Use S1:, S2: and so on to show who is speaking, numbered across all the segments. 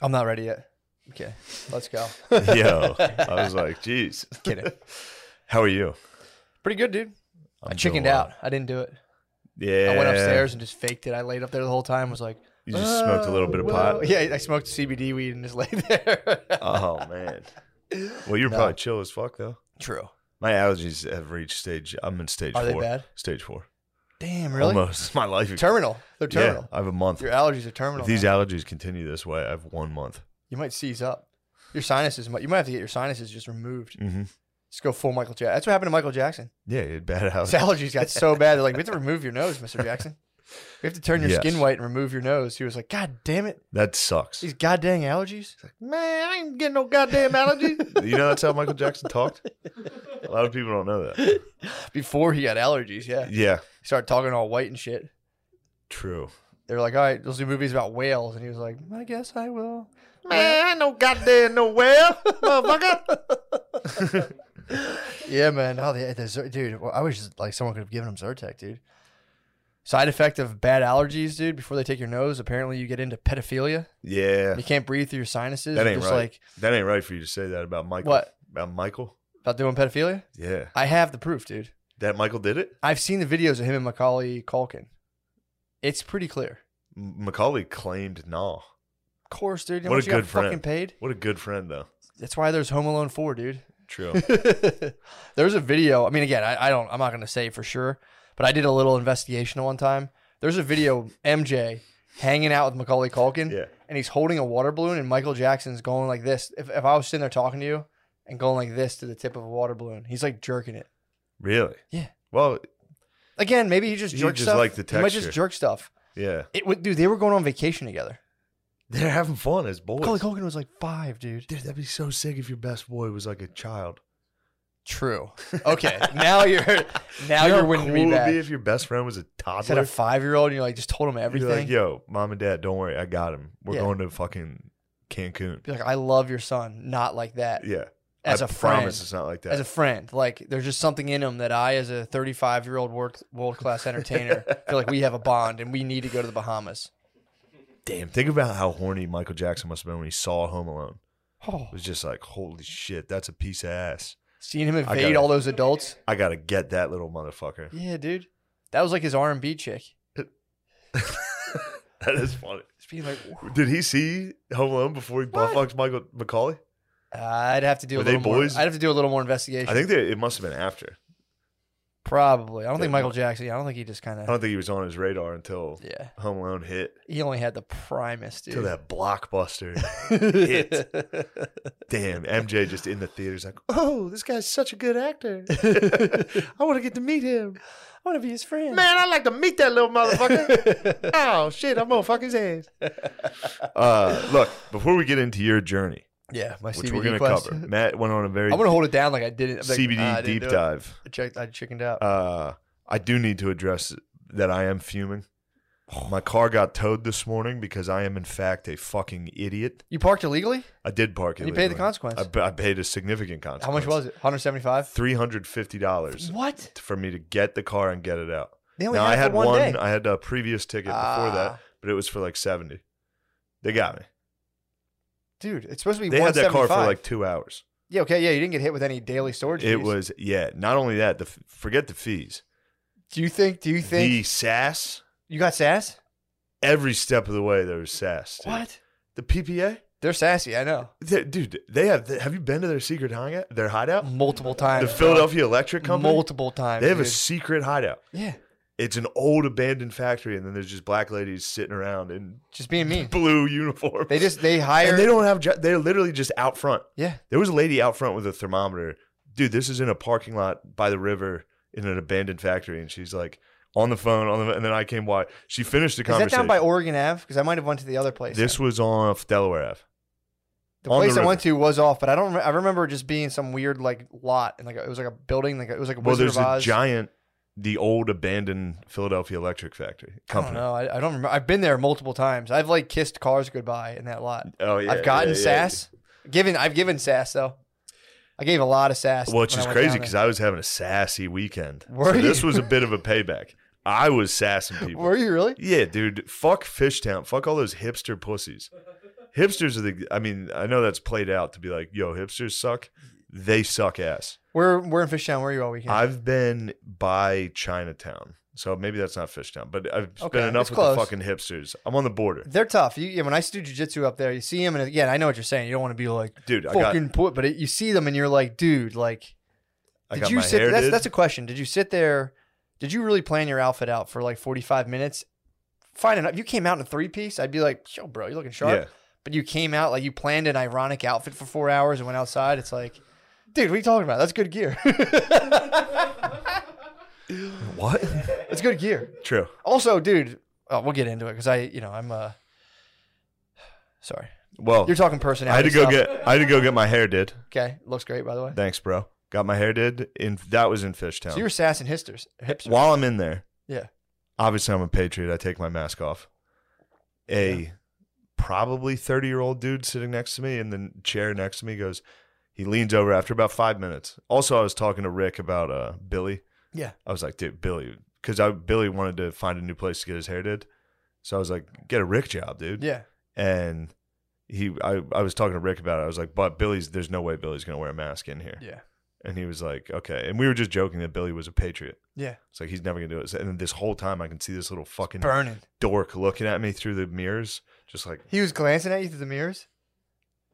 S1: I'm not ready yet. Okay, let's go.
S2: Yo, I was like, geez.
S1: Kidding.
S2: How are you?
S1: Pretty good, dude. i
S2: I'm doing
S1: chickened
S2: well.
S1: out. I didn't do it.
S2: Yeah.
S1: I went upstairs and just faked it. I laid up there the whole time. Was like,
S2: You just smoked a little bit of
S1: "Oh,
S2: pot.
S1: whoa." Yeah, I smoked CBD weed and just lay there.
S2: Oh man. Well, you're
S1: No.
S2: probably chill as fuck though.
S1: True.
S2: My allergies have reached stage. I'm in stage
S1: Are they
S2: four.
S1: bad?
S2: Stage four.
S1: Damn, really?
S2: Almost my life.
S1: Terminal. They're
S2: yeah,
S1: terminal.
S2: I have a month.
S1: Your allergies are terminal.
S2: If these
S1: man.
S2: allergies continue this way, I have one month.
S1: you might seize up. Your sinuses. might You might have to get your sinuses just removed.
S2: Mm-hmm.
S1: Just go full Michael Jackson. That's what happened to Michael Jackson.
S2: Yeah, you had bad
S1: His
S2: allergies.
S1: allergies got so bad. They're like, we have to remove your nose, Mister Jackson. We have to turn your
S2: Yes.
S1: skin white and remove your nose. He was like, God damn it,
S2: That sucks.
S1: these goddamn allergies. He's like, man, I ain't getting no goddamn allergies.
S2: you know that's how Michael Jackson talked. A lot of people don't know that.
S1: Before he had allergies, yeah, he
S2: Yeah,
S1: started talking all white and shit.
S2: true.
S1: They were like, all right, let's do movies about whales, and he was like, I guess I will.
S2: Man, no goddamn no whale, motherfucker.
S1: Yeah, man. Oh, the, the Zer- dude, well, I wish like someone could have given him Zyrtec, dude. Side effect of bad allergies, dude. Before they take your nose, apparently you get into pedophilia.
S2: Yeah,
S1: You can't breathe through your sinuses.
S2: that
S1: You're
S2: ain't
S1: just
S2: right.
S1: like
S2: that ain't right for you to say that about Michael.
S1: What?
S2: about Michael?
S1: about doing pedophilia.
S2: Yeah,
S1: I have the proof, dude.
S2: that Michael did it.
S1: I've seen the videos of him and Macaulay Culkin. It's pretty clear.
S2: M- Macaulay claimed no.
S1: Of course, dude. You know
S2: What
S1: what
S2: a
S1: you got
S2: good friend.
S1: Fucking paid.
S2: What a good friend though.
S1: That's why there's Home Alone Four, dude.
S2: True.
S1: there's a video. I mean, again, I, I don't. I'm not gonna say for sure, but I did a little investigation one time. There's a video of MJ hanging out with Macaulay Culkin,
S2: Yeah.
S1: and he's holding a water balloon, and Michael Jackson's going like this. If, if I was sitting there talking to you and going like this to the tip of a water balloon, he's like jerking it.
S2: really?
S1: Yeah.
S2: Well,
S1: Again, maybe he just
S2: He
S1: jerks
S2: just
S1: stuff.
S2: liked the
S1: He might just
S2: texture.
S1: jerk stuff.
S2: yeah.
S1: It would, dude. They were going on vacation together.
S2: They're having fun as boys.
S1: Macaulay Culkin was like five, dude.
S2: Dude, that'd be so sick if your best boy was like a child.
S1: True. Okay, now you're now
S2: You know
S1: you're
S2: how
S1: winning me
S2: cool
S1: back.
S2: It would be if your best friend was a
S1: Instead
S2: toddler.
S1: of five year old, and you like just told him
S2: You'd be
S1: everything.
S2: like, yo, mom and dad, don't worry, I got him. We're
S1: Yeah.
S2: going to fucking Cancun.
S1: be like, I love your son, not like that.
S2: Yeah.
S1: As
S2: a
S1: a friend.
S2: promise it's not like that.
S1: As a friend, like there's just something in him that I, as a 35 year old world world class entertainer, feel like we have a bond and we need to go to the Bahamas.
S2: Damn, think about how horny Michael Jackson must have been when he saw Home Alone.
S1: Oh,
S2: It was just like, holy shit, that's a piece of ass.
S1: seeing him
S2: got
S1: invade
S2: it.
S1: all those adults.
S2: I gotta get that little motherfucker.
S1: Yeah, dude, that was like his R and B chick.
S2: That is funny.
S1: Just being like, "Whoa."
S2: Did he see Home Alone before he butt fucked Michael Macaulay?
S1: I'd have to do
S2: Were
S1: a
S2: they
S1: little more.
S2: boys?
S1: I'd have to do a little more investigation.
S2: I think that it must have been after.
S1: probably. I don't think
S2: Yeah.
S1: Michael Jackson. I don't think he just kind
S2: I
S1: of.
S2: don't think he was on his radar until
S1: Yeah,
S2: Home Alone hit.
S1: he only had the Primus, dude.
S2: Till that blockbuster. Damn, MJ just in the theater's like, oh, this guy's such a good actor. I want to get to meet him.
S1: I want to be his friend.
S2: Man, I'd like to meet that little motherfucker. oh, shit, I'm going to fuck his ass. Uh, look, before we get into your journey,
S1: Yeah, my
S2: which
S1: CBD
S2: we're going to
S1: quest.
S2: cover, Matt went on a very
S1: I'm gonna hold it down like I didn't. I'm like,
S2: CBD
S1: "Ah, I didn't
S2: deep
S1: do it.
S2: dive.
S1: I checked. I chickened out.
S2: Uh, I do need to address that I am fuming. My car got towed this morning because I am, in fact, a fucking idiot.
S1: you parked illegally.
S2: I did park it.
S1: And you paid the consequence.
S2: I, pa- I paid a significant consequence.
S1: How much was it? 175.
S2: Three hundred fifty dollars
S1: What?
S2: for me to get the car and get it out.
S1: They only
S2: Now
S1: had,
S2: I
S1: it for
S2: had
S1: one,
S2: one. uh,
S1: day.
S2: I had a previous ticket before
S1: Ah.
S2: that, but it was for like seventy. They got me.
S1: dude. It's supposed to be.
S2: They had that car for
S1: 175.
S2: like two hours.
S1: Yeah. Okay. Yeah. You didn't get hit with any daily storage.
S2: It
S1: fees.
S2: was yeah. Not only that, the f- forget the fees.
S1: Do you think? Do you think
S2: the SAS.
S1: you got sass?
S2: Every step of the way, there was SAS. dude.
S1: What?
S2: The PPA.
S1: They're sassy. I know.
S2: They- dude, they have. have you been to their secret hideout? Their hideout.
S1: Multiple times.
S2: The
S1: bro.
S2: Philadelphia Electric Company.
S1: Multiple times.
S2: they have a
S1: dude.
S2: secret hideout.
S1: yeah.
S2: It's an old abandoned factory, and then there's just black ladies sitting around in
S1: Just being mean.
S2: blue uniforms.
S1: They just they hire.
S2: and they don't have. jo- They're literally just out front.
S1: yeah.
S2: There was a lady out front with a thermometer. Dude, this is in a parking lot by the river in an abandoned factory, and she's like on the phone. On the and then I came by. She finished the
S1: Is that
S2: conversation.
S1: down by Oregon Ave? Because I might have went to the other place.
S2: this was off Delaware Ave.
S1: The
S2: On the
S1: place I went to was off, but I don't. Rem- I remember just being some weird like lot, and like it was like a building, like it was like a
S2: Well,
S1: Wizard
S2: there's
S1: of
S2: a
S1: Oz.
S2: giant, the old abandoned Philadelphia Electric Factory
S1: I don't
S2: company.
S1: know. I, I don't remember. I've been there multiple times. I've like kissed cars goodbye in that lot.
S2: Oh yeah,
S1: I've gotten
S2: yeah, yeah.
S1: sass. Given I've given sass though. I gave a lot of sass.
S2: Well, it's
S1: when I
S2: just
S1: went down
S2: crazy because I was having a sassy weekend.
S1: Were
S2: so this
S1: you?
S2: was a bit of a payback. I was sassing
S1: there.
S2: people.
S1: Were you really?
S2: Yeah, dude. Fuck Fishtown. Fuck all those hipster pussies. hipsters are the. I mean, I know that's played out to be like, yo, hipsters suck. They suck ass.
S1: We're we're in Fishtown. Where are you all weekend?
S2: I've been by Chinatown, so maybe that's not Fishtown, but I've
S1: Okay,
S2: been enough
S1: it's
S2: with
S1: close.
S2: the fucking hipsters. I'm on the border,
S1: They're tough. You, yeah, when I used to do jujitsu up there, you see them, and again, I know what you're saying. You don't want to be like
S2: dude. I got,
S1: fucking put, but it, you see them, and you're like, dude, like,
S2: I
S1: did
S2: got
S1: you
S2: uh, my
S1: sit?
S2: hair.
S1: That's
S2: did.
S1: that's a question. Did you sit there? Did you really plan your outfit out for like 45 minutes? Fine enough. If you came out in a three piece, I'd be like, yo, bro, you're looking sharp.
S2: yeah.
S1: But you came out like you planned an ironic outfit for four hours and went outside. It's like, dude, what are you talking about? That's good gear.
S2: What?
S1: That's good gear.
S2: True.
S1: Also, dude, oh, we'll get into it because I, you know, I'm uh, sorry.
S2: Well,
S1: You're talking
S2: I had
S1: personality.
S2: to go
S1: stuff.
S2: get. I had to go get my hair did.
S1: Okay, looks great by the way.
S2: Thanks, bro. Got my hair did. In that was in Fishtown.
S1: So you're sass and hipsters. Hipster.
S2: While I'm in there,
S1: Yeah.
S2: Obviously, I'm a patriot. I take my mask off. A probably 30 year old dude sitting next to me in the chair next to me goes. He leans over after about five minutes. Also, I was talking to Rick about uh, Billy.
S1: Yeah.
S2: I was like, dude, Billy, because I Billy wanted to find a new place to get his hair did. So I was like, get a Rick job, dude.
S1: Yeah.
S2: And he, I, I was talking to Rick about it. I was like, but Billy's, there's no way Billy's gonna wear a mask in here.
S1: Yeah.
S2: And he was like, okay. And we were just joking that Billy was a patriot.
S1: Yeah.
S2: It's like he's never gonna do it. And then this whole time, I can see this little fucking
S1: Burning.
S2: dork looking at me through the mirrors, just like
S1: He was glancing at you through the mirrors.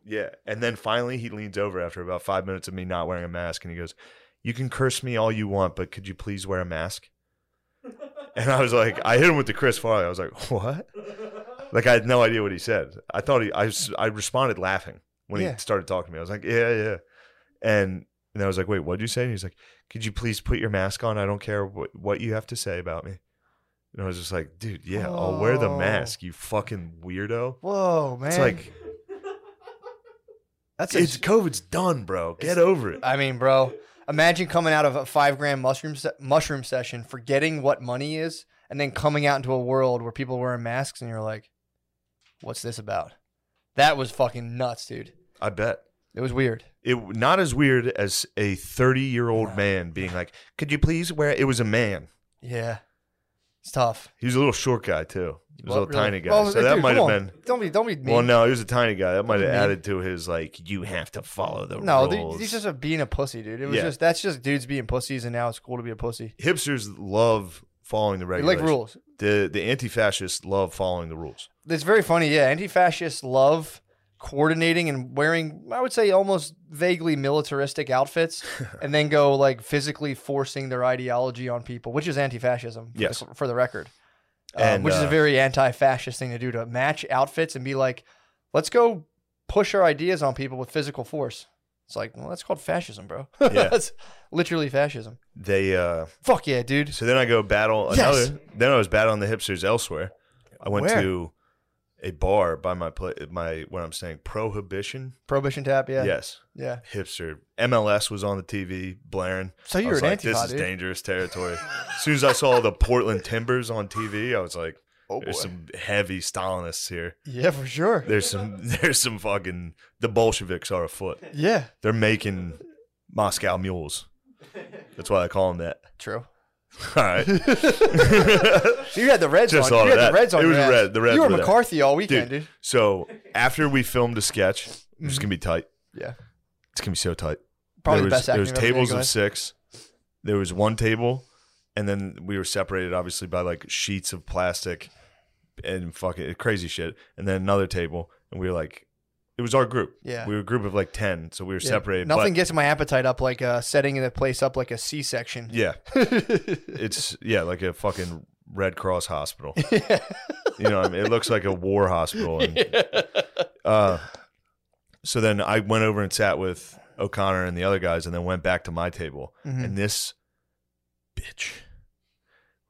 S2: yeah. And then finally, he leans over after about five minutes of me not wearing a mask, and he goes, "You can curse me all you want, but could you please wear a mask?" And I was like, I hit him with the Chris Farley. I was like, what? Like I had no idea what he said. I thought he, I, s- I responded laughing when
S1: Yeah.
S2: he started talking to me. I was like, yeah, yeah. And and I was like, wait, what'd you say? And he's like, could you please put your mask on? I don't care what what you have to say about me. And I was just like, dude, yeah, I'll wear the
S1: Oh.
S2: mask. You fucking weirdo.
S1: Whoa, man.
S2: It's like
S1: that's a-
S2: it's COVID's done, bro. Get over it.
S1: I mean, bro, imagine coming out of a five grand mushroom se- mushroom session, forgetting what money is, and then coming out into a world where people are wearing masks, and you're like, "What's this about?" That was fucking nuts, dude.
S2: I bet.
S1: It was weird.
S2: It not as weird as a 30 year old man being like, could you please wear it was a man.
S1: Yeah, it's tough.
S2: He was a little short guy too. He was a
S1: Well,
S2: little
S1: really-
S2: tiny guy.
S1: well,
S2: so
S1: dude,
S2: that might have
S1: come on.
S2: been.
S1: Don't be, don't be mean.
S2: Well, no, he was a tiny guy. That might have
S1: mean.
S2: added to his like, you have to follow the
S1: no,
S2: rules.
S1: dude, he's just a being a pussy, dude. It was
S2: Yeah.
S1: just that's just dudes being pussies, and now it's cool to be a pussy.
S2: hipsters love following the
S1: They
S2: regulations.
S1: like rules.
S2: The the anti-fascists love following the rules.
S1: It's very funny. Yeah, anti-fascists love coordinating and wearing, I would say, almost vaguely militaristic outfits, and then go like physically forcing their ideology on people, which is anti-fascism. for
S2: Yes.
S1: the, for the record, Um,
S2: And,
S1: which is a
S2: uh,
S1: very anti-fascist thing to do to match outfits and be like, let's go push our ideas on people with physical force. It's like, well, that's called fascism, bro.
S2: Yeah.
S1: that's literally fascism.
S2: They uh
S1: Fuck yeah, dude.
S2: so then I go battle another.
S1: Yes.
S2: Then I was battling the hipsters elsewhere. I went
S1: Where?
S2: to a bar by my pla my where I'm staying. Prohibition.
S1: Prohibition tap, yeah, yeah.
S2: Yes. Hipster MLS was on the TV blaring.
S1: So
S2: I
S1: you're
S2: was
S1: Oh, an
S2: like,
S1: anti
S2: this
S1: antifa,
S2: is
S1: dude.
S2: dangerous territory. as soon as I saw the Portland Timbers on TV, I was like,
S1: Oh, boy.
S2: there's some heavy Stalinists here.
S1: Yeah, for sure.
S2: There's some there's some fucking the Bolsheviks are afoot.
S1: Yeah,
S2: They're making Moscow mules. That's why I call them that.
S1: true.
S2: All right.
S1: You had the Reds
S2: Just
S1: on.
S2: all
S1: You had
S2: that.
S1: the Reds on.
S2: It was
S1: your ass.
S2: red. The Reds
S1: You were
S2: were there.
S1: McCarthy all weekend, dude.
S2: so after we filmed a sketch, which is gonna be tight.
S1: Yeah,
S2: It's gonna be so tight.
S1: Mm-hmm. probably
S2: there
S1: the
S2: was,
S1: best acting.
S2: There was
S1: I've ever seen.
S2: tables
S1: Go
S2: of
S1: ahead.
S2: six. There was one table, and then we were separated, obviously, by like sheets of plastic and fucking crazy shit. And then another table, and we were like, it was our group.
S1: Yeah.
S2: we were a group of like ten, so we were
S1: Yeah.
S2: separated.
S1: Nothing
S2: but-
S1: gets my appetite up like uh, setting the place up like a C-section.
S2: yeah, it's yeah, like a fucking Red Cross hospital. You know, what I mean, it looks like a war hospital. And, uh, so then I went over and sat with O'Connor and the other guys, and then went back to my table.
S1: Mhm.
S2: And this bitch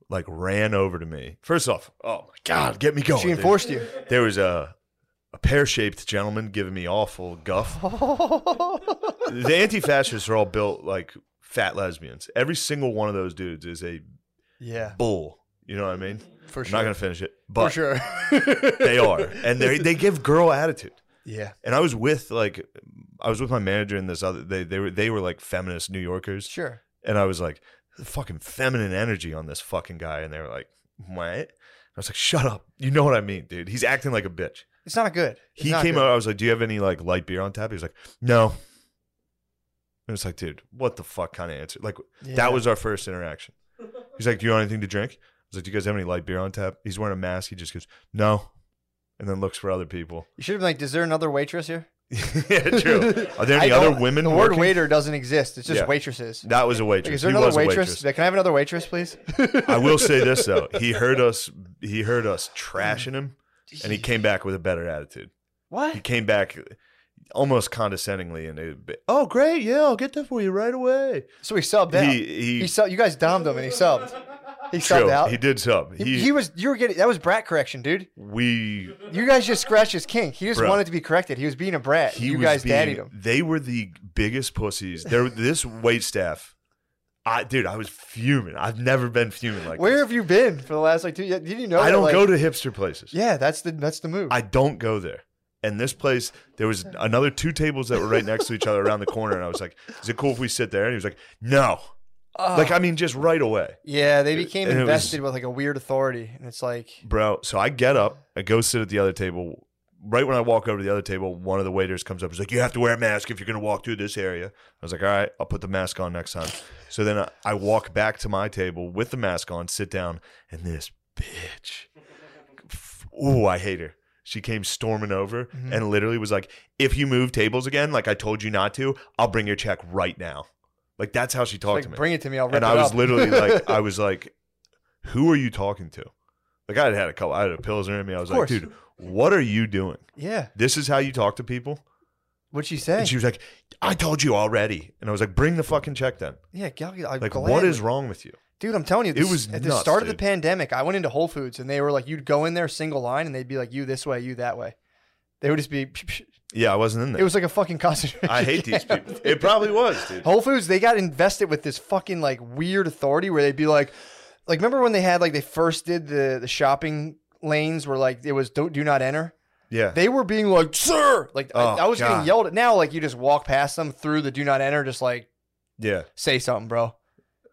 S2: like ran over to me. First off, oh my god, get me going.
S1: She
S2: dude.
S1: enforced you.
S2: There was a a pear shaped gentleman giving me awful guff. the anti fascists are all built like fat lesbians. Every single one of those dudes is a
S1: yeah,
S2: bull. You know what I mean?
S1: for
S2: I'm
S1: sure.
S2: not gonna finish it,
S1: for
S2: but
S1: sure.
S2: they are, and they they give girl attitude.
S1: yeah,
S2: And I was with like, I was with my manager and this other. They they were they were like feminist New Yorkers,
S1: sure.
S2: and I was like, the fucking feminine energy on this fucking guy, and they were like, what? I was like, shut up. You know what I mean, dude? He's acting like a bitch.
S1: It's not good. It's
S2: He
S1: not
S2: came
S1: good.
S2: out. I was like, "Do you have any like light beer on tap?" He was like, "No." And it's like, dude, what the fuck kind of answer? Like
S1: Yeah.
S2: that was our first interaction. He's like, "Do you want anything to drink?" I was like, "Do you guys have any light beer on tap?" He's wearing a mask. He just goes, "No," and then looks for other people.
S1: You should have been like, is there another waitress here?
S2: yeah, true. Are there
S1: I
S2: any other
S1: don't-
S2: women?
S1: The word
S2: working?
S1: waiter doesn't exist. It's just
S2: Yeah.
S1: waitresses.
S2: That was a
S1: Like,
S2: waitress.
S1: is there
S2: he
S1: another
S2: was a
S1: waitress?
S2: waitress.
S1: Can I have another waitress, please?
S2: I will say this though. He heard us. He heard us trashing him, and he came back with a better attitude. He
S1: What?
S2: came back almost condescendingly, and it, oh great, yeah, I'll get that for you right away.
S1: So he subbed out. He,
S2: He he,
S1: sub- You guys domed him and he subbed. He
S2: true,
S1: subbed out.
S2: He did sub.
S1: He,
S2: He,
S1: he was. You were getting. That was brat correction, dude.
S2: we
S1: You guys just scratched his kink. He just
S2: Bro.
S1: wanted to be corrected. He was being a brat.
S2: he
S1: you
S2: was
S1: guys
S2: being,
S1: daddied him.
S2: They were the biggest pussies. There, this wait staff. I dude, I was fuming. I've never been fuming like
S1: Where
S2: this.
S1: have you been for the last like two? Did you know?
S2: I
S1: that,
S2: don't
S1: like-
S2: go to hipster places.
S1: Yeah, that's the that's the move.
S2: I don't go there. And this place, there was another two tables that were right next to each other around the corner. And I was like, is it cool if we sit there? And he was like, no.
S1: Ugh.
S2: Like, I mean, just right away,
S1: yeah, they became
S2: and it was-
S1: invested with like a weird authority, and it's like
S2: bro. So I get up, I go sit at the other table. Right when I walk over to the other table, one of the waiters comes up. He's like, you have to wear a mask if you're going to walk through this area. I was like, all right, I'll put the mask on next time. So then I, I walk back to my table with the mask on, sit down, and this bitch. f- Ooh, I hate her. She came storming over
S1: Mhm.
S2: and literally was like, if you move tables again, like I told you not to, I'll bring your check right now. Like that's how she talked
S1: like
S2: to me.
S1: bring it to me. I'll rip
S2: and
S1: it
S2: I was
S1: up.
S2: literally like, I was like, who are you talking to? Like I had had a couple, I had a pilsner in me. I was
S1: Of
S2: like,
S1: course.
S2: dude, what are you doing?
S1: yeah.
S2: This is how you talk to people.
S1: What'd she say?
S2: And she was like, I told you already. And I was like, bring the fucking check then.
S1: yeah, gal, I
S2: Like,
S1: gladly.
S2: what is wrong with you?
S1: dude? I'm telling you,
S2: It
S1: this,
S2: was
S1: at the
S2: nuts,
S1: start of the
S2: dude.
S1: pandemic. I went into Whole Foods, and they were like, you'd go in there single line, and they'd be like, you this way, you that way. They would just be.
S2: Yeah, I wasn't in there.
S1: It was like a fucking concentration.
S2: I hate these
S1: camp.
S2: people. It probably was, dude.
S1: Whole Foods, they got invested with this fucking like weird authority where they'd be like, like remember when they had like they first did the the shopping lanes where like it was don't do not enter.
S2: Yeah.
S1: They were being like, sir, like
S2: Oh,
S1: I, I was getting
S2: God.
S1: yelled at. Now like you just walk past them through the do not enter, just like
S2: Yeah.
S1: say something, bro.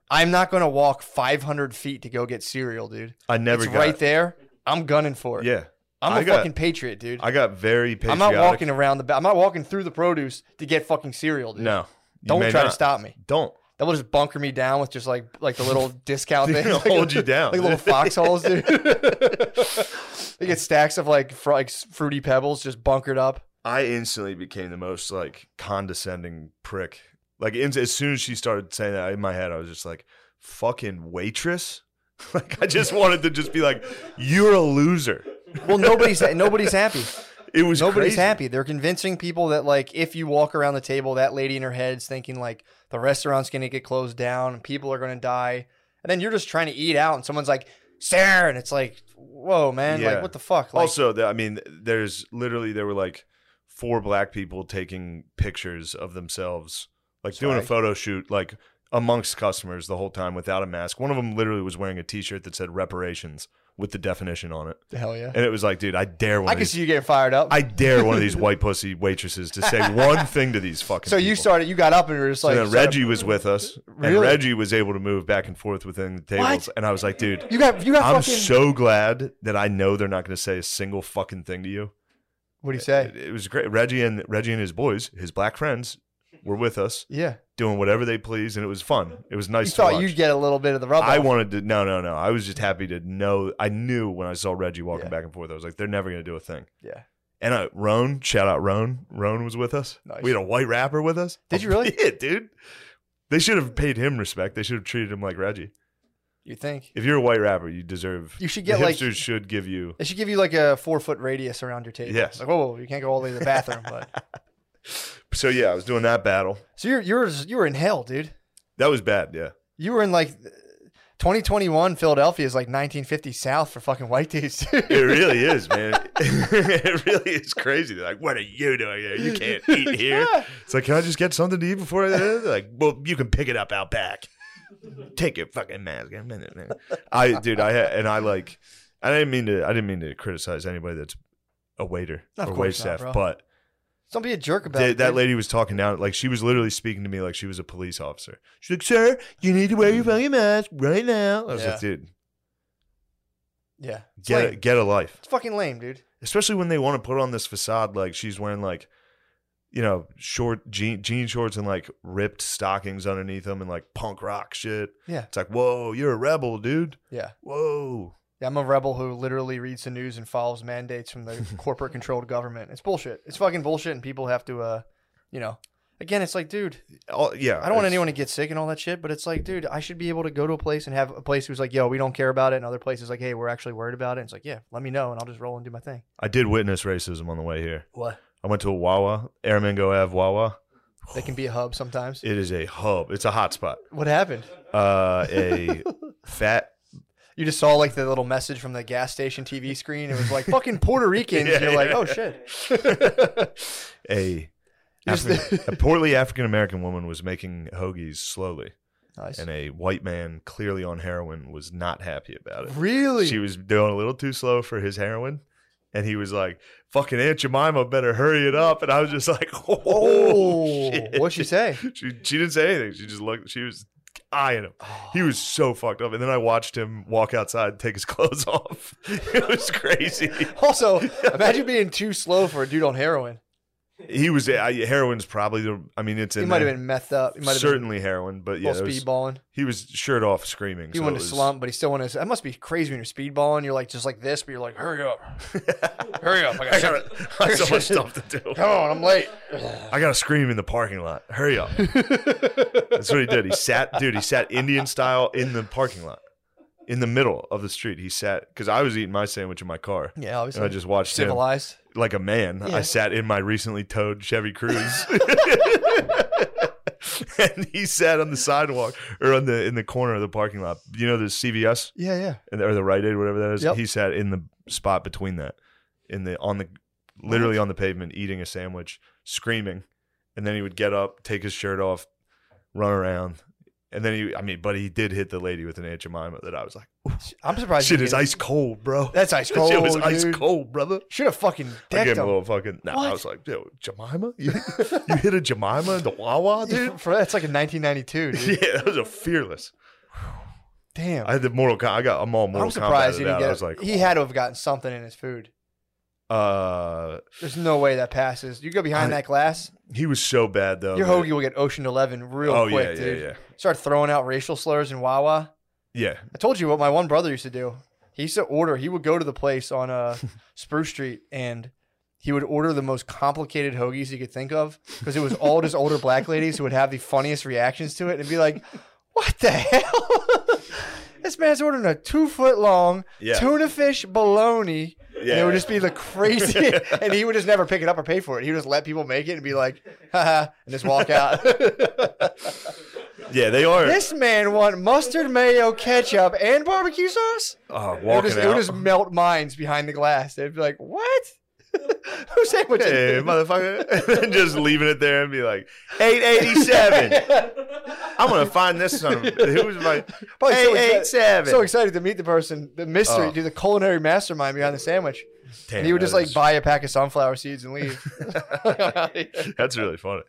S1: I'm not gonna walk 500 feet to go get cereal, dude.
S2: I never
S1: it's
S2: got
S1: right there. I'm gunning for it.
S2: Yeah.
S1: I'm a
S2: I got-
S1: fucking patriot, dude. I,
S2: I got very
S1: am
S2: patriotic.
S1: not walking around the. ba- I'm not walking through the produce to get fucking cereal, dude.
S2: No. You
S1: Don't
S2: may
S1: try to
S2: not.
S1: stop me.
S2: Don't.
S1: That will just bunker me down with just like like the little discount
S2: They're
S1: thing.
S2: gonna hold you down.
S1: like little foxholes, dude. they get stacks of like fr- like fruity pebbles just bunkered up.
S2: I instantly became the most like condescending prick. Like in, as soon as she started saying that in my head, I was just like, "Fucking waitress." like I just wanted to just be like, "You're a loser."
S1: Well, nobody's nobody's happy.
S2: It was
S1: Nobody's
S2: crazy.
S1: happy. They're convincing people that like if you walk around the table, that lady in her head's thinking like the restaurant's gonna get closed down and people are gonna die, and then you're just trying to eat out, and someone's like, "Sir," and it's like, "Whoa, man!
S2: Yeah.
S1: Like what the fuck?" Like,
S2: also, the, I mean, there's literally there were like four black people taking pictures of themselves, like doing a
S1: Swag.
S2: photo shoot, like amongst customers the whole time without a mask. One of them literally was wearing a T-shirt that said reparations with the definition on it,
S1: hell yeah!
S2: and it was like, dude, I dare one.
S1: I
S2: of
S1: can
S2: these,
S1: see you getting fired up.
S2: I dare one of these white pussy waitresses to say one thing to these fucking.
S1: so you
S2: people.
S1: started. You got up and you were just like,
S2: and then
S1: started-
S2: Reggie was with us,
S1: Really?
S2: and Reggie was able to move back and forth within the tables, and I was like, dude.
S1: You got you got
S2: I'm
S1: fucking.
S2: so glad that I know they're not going to say a single fucking thing to you.
S1: What'd he say?
S2: Uh, It, it was great. Reggie and Reggie and his boys, his black friends, were with us
S1: Yeah,
S2: doing whatever they pleased, and it was fun. It was
S1: you
S2: nice. to
S1: thought
S2: watch.
S1: you'd get a little bit of the rub.
S2: I
S1: off.
S2: wanted to. No, no, no. I was just happy to know. I knew when I saw Reggie walking
S1: Yeah.
S2: back and forth. I was like, they're never gonna do a thing.
S1: Yeah.
S2: And uh, Roan, shout out Roan. Roan was with us.
S1: Nice.
S2: We had a white rapper with us.
S1: Did you really?
S2: Yeah, dude. They should have paid him respect. They should have treated him like Reggie.
S1: You think
S2: If you're a white rapper, you deserve.
S1: you should get
S2: the
S1: like
S2: hipsters should give you.
S1: they should give you like a four foot radius around your table.
S2: Yes.
S1: Like whoa, whoa, you can't go all the way to the bathroom. But
S2: So yeah, I was doing that battle.
S1: so you're you're you were in hell, dude.
S2: That was bad. Yeah.
S1: You were in like 2021 Philadelphia is like 1950 South for fucking white dudes. dude.
S2: It really is, man. it really is crazy. They're like, what are you doing here? You can't eat here.
S1: Yeah.
S2: It's like, can I just get something to eat before I They're like, well, you can pick it up out back. Take your fucking mask. A minute, man. I dude, I had and I like I didn't mean to I didn't mean to criticize anybody that's a waiter
S1: Of
S2: or wait
S1: course not,
S2: staff,
S1: bro.
S2: but
S1: Don't be a jerk about
S2: th-
S1: it.
S2: that
S1: dude.
S2: lady was talking down like she was literally speaking to me like she was a police officer. She's like, Sir, you need to wear your fucking mask right now. I was
S1: Yeah.
S2: like, dude,
S1: Yeah. It's,
S2: get
S1: lame.
S2: a, get a life.
S1: it's fucking lame, dude.
S2: especially when they want to put on this facade like she's wearing like you know short jean, jean shorts and like ripped stockings underneath them and like punk rock shit
S1: Yeah.
S2: it's like whoa you're a rebel dude
S1: Yeah.
S2: whoa
S1: Yeah, I'm a rebel who literally reads the news and follows mandates from the corporate controlled government. It's bullshit. It's fucking bullshit, and people have to, uh, you know, again, it's like, dude,
S2: All, yeah
S1: I don't want
S2: it's-
S1: anyone to get sick and all that shit, but it's like, dude, I should be able to go to a place and have a place who's like, yo, we don't care about it, and other places like, hey, we're actually worried about it. And it's like, yeah, let me know, and I'll just roll and do my thing.
S2: i did witness racism on the way here
S1: What?
S2: i went to a wawa aramingo ave wawa
S1: They can be a hub sometimes.
S2: it is a hub it's a hot spot
S1: what happened?
S2: uh a fat
S1: You just saw like the little message from the gas station TV screen. It was like fucking Puerto Ricans.
S2: Yeah,
S1: and you're like,
S2: yeah.
S1: oh shit.
S2: a
S1: Just-
S2: African, a poorly African American woman was making hoagies slowly,
S1: Nice.
S2: and a white man clearly on heroin was not happy about it.
S1: Really?
S2: uh, She was doing a little too slow for his heroin, and he was like, "Fucking Aunt Jemima, better hurry it up." And I was just like, "Oh,
S1: oh,
S2: shit."
S1: what'd she say?
S2: She, she didn't say anything. She just looked. She was eyeing him. He was so fucked up. And then I watched him walk outside, take his clothes off. It was crazy.
S1: Also, imagine being too slow for a dude on heroin.
S2: He was I, heroin's probably the. I mean, it's in
S1: He might have
S2: there.
S1: been methed up. He might have been
S2: certainly heroin, but yeah,
S1: little
S2: it was-
S1: speedballing.
S2: he was shirt off screaming.
S1: He
S2: so
S1: wanted
S2: it
S1: to
S2: was-
S1: slump, but he still wanted to. That must be crazy when you're speedballing. You're like just like this, but you're like, hurry up, hurry up. I got
S2: I
S1: shit.
S2: got, I got so much stuff to do.
S1: Come on, I'm late.
S2: I got to scream in the parking lot. Hurry up. That's what he did. He sat, dude, he sat Indian style in the parking lot, in the middle of the street. He sat, because I was eating my sandwich in my car.
S1: yeah,
S2: And I
S1: obviously.
S2: just watched him
S1: civilized.
S2: like a man.
S1: Yeah.
S2: I sat in my recently towed Chevy Cruze. and he sat on the sidewalk or on the in the corner of the parking lot. You know the CVS
S1: Yeah, yeah.
S2: and or the Rite Aid, whatever that is.
S1: Yep.
S2: He sat in the spot between that, in the on the literally on the pavement, eating a sandwich, screaming, and then he would get up, take his shirt off, run around, and then he. I mean, but he did hit the lady with an Aunt Jemima that I was like,
S1: I'm surprised.
S2: "Shit
S1: you
S2: is
S1: didn't-
S2: ice cold, bro."
S1: That's ice
S2: That
S1: cold.
S2: shit was ice
S1: dude.
S2: cold, brother.
S1: Should have fucking
S2: I gave
S1: decked
S2: him a
S1: him.
S2: little fucking. No,
S1: What?
S2: I was like, "Yo, Jemima, you, you hit a Jemima in the Wawa, dude."
S1: For, that's like in 1992, dude.
S2: Yeah, that was a fearless.
S1: Damn.
S2: I had the Mortal Kombat. I got. I'm all Mortal
S1: I'm surprised
S2: Kombat
S1: he
S2: it
S1: didn't
S2: out.
S1: get.
S2: I was like, "Oh."
S1: he had to have gotten something in his food.
S2: uh,
S1: There's no way that passes. You go behind
S2: I-
S1: that glass,
S2: he was so bad though.
S1: your
S2: that-
S1: hoagie will get Ocean Eleven real
S2: oh
S1: quick,
S2: yeah,
S1: dude.
S2: yeah, yeah,
S1: Start throwing out racial slurs in Wawa.
S2: yeah.
S1: I told you what my one brother used to do. He used to order. He would go to the place on uh, Spruce Street and he would order the most complicated hoagies he could think of because it was all just older black ladies who would have the funniest reactions to it and be like, "What the hell? this man's ordering a two foot long
S2: Yeah.
S1: tuna fish bologna." and it
S2: Yeah.
S1: would just be the crazy, and he would just never pick it up or pay for it. He would just let people make it and be like, haha, and just walk out.
S2: Yeah, they are
S1: this man want mustard, mayo, ketchup, and barbecue sauce?
S2: uh,
S1: It would,
S2: walking
S1: just, it
S2: out.
S1: would just melt minds behind the glass. They'd be like, "What? Who sandwiched
S2: hey,
S1: it?"
S2: motherfucker, and then just leaving it there and be like, eight eighty seven. I'm gonna find this son. of a- Who was my
S1: Probably so
S2: eight eight
S1: excited-
S2: seven?
S1: So excited to meet the person, the mystery,
S2: Oh.
S1: do the culinary mastermind behind the sandwich. and he would just like buy a pack of sunflower seeds and leave.
S2: That's really funny.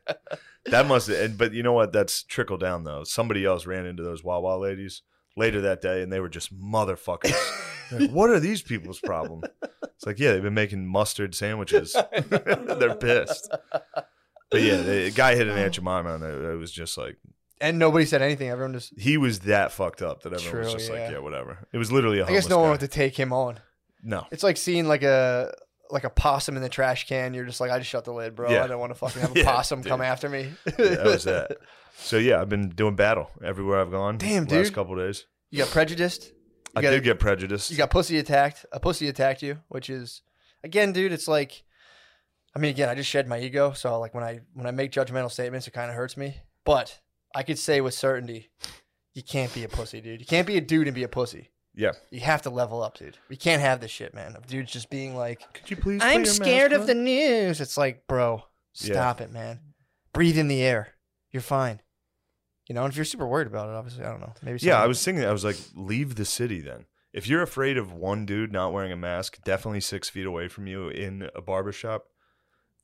S2: That must have, and, but you know what? That's trickle down though. Somebody else ran into those Wawa ladies later that day, and they were just motherfuckers. Like, what are these people's problem? It's like, yeah, they've been making mustard sandwiches. They're pissed. But yeah, the guy hit an Aunt Jemima, and it, it was just like
S1: and nobody said anything. Everyone just,
S2: he was that fucked up that everyone was
S1: True,
S2: just
S1: yeah.
S2: like, yeah, whatever. It was literally a
S1: I guess
S2: homeless
S1: no one
S2: guy.
S1: wanted to take him on.
S2: no.
S1: It's like seeing like a like a possum in the trash can. You're just like, I just shut the lid, bro.
S2: Yeah.
S1: I don't want to fucking have a
S2: Yeah,
S1: possum come
S2: dude.
S1: after me.
S2: Yeah, that was that. So yeah, I've been doing battle everywhere I've gone.
S1: Damn,
S2: last
S1: dude.
S2: couple days.
S1: You got prejudiced. You
S2: I
S1: gotta-
S2: did get prejudiced.
S1: You got pussy attacked. A pussy attacked you, which is again, dude. It's like, I mean, again, I just shed my ego. So like when I when I make judgmental statements, it kind of hurts me. But I could say with certainty, you can't be a pussy, dude. You can't be a dude and be a pussy.
S2: yeah.
S1: You have to level up, dude. We can't have this shit, man. Of dudes just being like,
S2: Could you please?
S1: I'm scared of the news. It's like, bro,
S2: Yeah.
S1: stop it, man. Breathe in the air. You're fine. You know, and if you're super worried about it, obviously, I don't know. Maybe
S2: Yeah,
S1: some-
S2: I was thinking. I was like, leave the city then. If you're afraid of one dude not wearing a mask, definitely six feet away from you in a barbershop,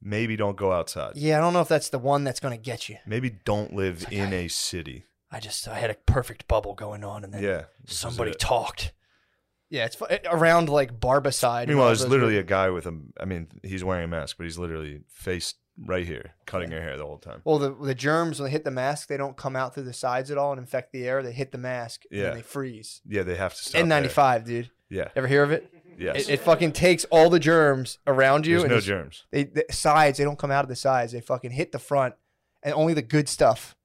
S2: maybe don't go outside.
S1: Yeah, I don't know if that's the one that's gonna get you.
S2: Maybe don't live
S1: It's like,
S2: in
S1: I-
S2: a city.
S1: I just I had a perfect bubble going on, and then
S2: Yeah. this is
S1: somebody
S2: it.
S1: talked, Yeah, it's fu- it- around like Barbicide. and
S2: Meanwhile,
S1: all
S2: there's
S1: those
S2: literally
S1: groups.
S2: a guy with a. I mean, he's wearing a mask, but he's literally face right here, cutting her hair the whole time.
S1: Well, the, the germs when they hit the mask, they don't come out through the sides at all and infect the air. They hit the mask and
S2: Yeah.
S1: then they freeze.
S2: Yeah, they have to stop. there.
S1: N95, dude.
S2: Yeah.
S1: Ever hear of it?
S2: Yes.
S1: It, it fucking takes all the germs around you.
S2: There's
S1: and
S2: no
S1: it's-
S2: germs.
S1: They the sides. They don't come out of the sides. They fucking hit the front, and only the good stuff,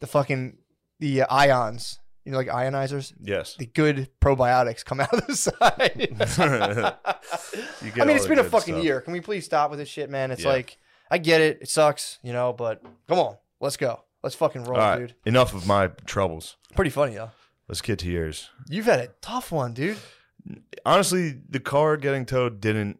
S1: the fucking the uh, ions. You know, like ionizers.
S2: Yes.
S1: The good probiotics come out of the sides.
S2: You get
S1: I mean,
S2: all
S1: it's
S2: the
S1: been a
S2: good
S1: fucking
S2: stuff.
S1: year. Can we please stop with this shit, man? It's
S2: Yeah.
S1: like I get it. It sucks, you know, but come on, let's go. Let's fucking roll,
S2: All right.
S1: dude.
S2: Enough of my troubles.
S1: Pretty funny though.
S2: Let's get to yours.
S1: You've had a tough one, dude.
S2: Honestly, the car getting towed didn't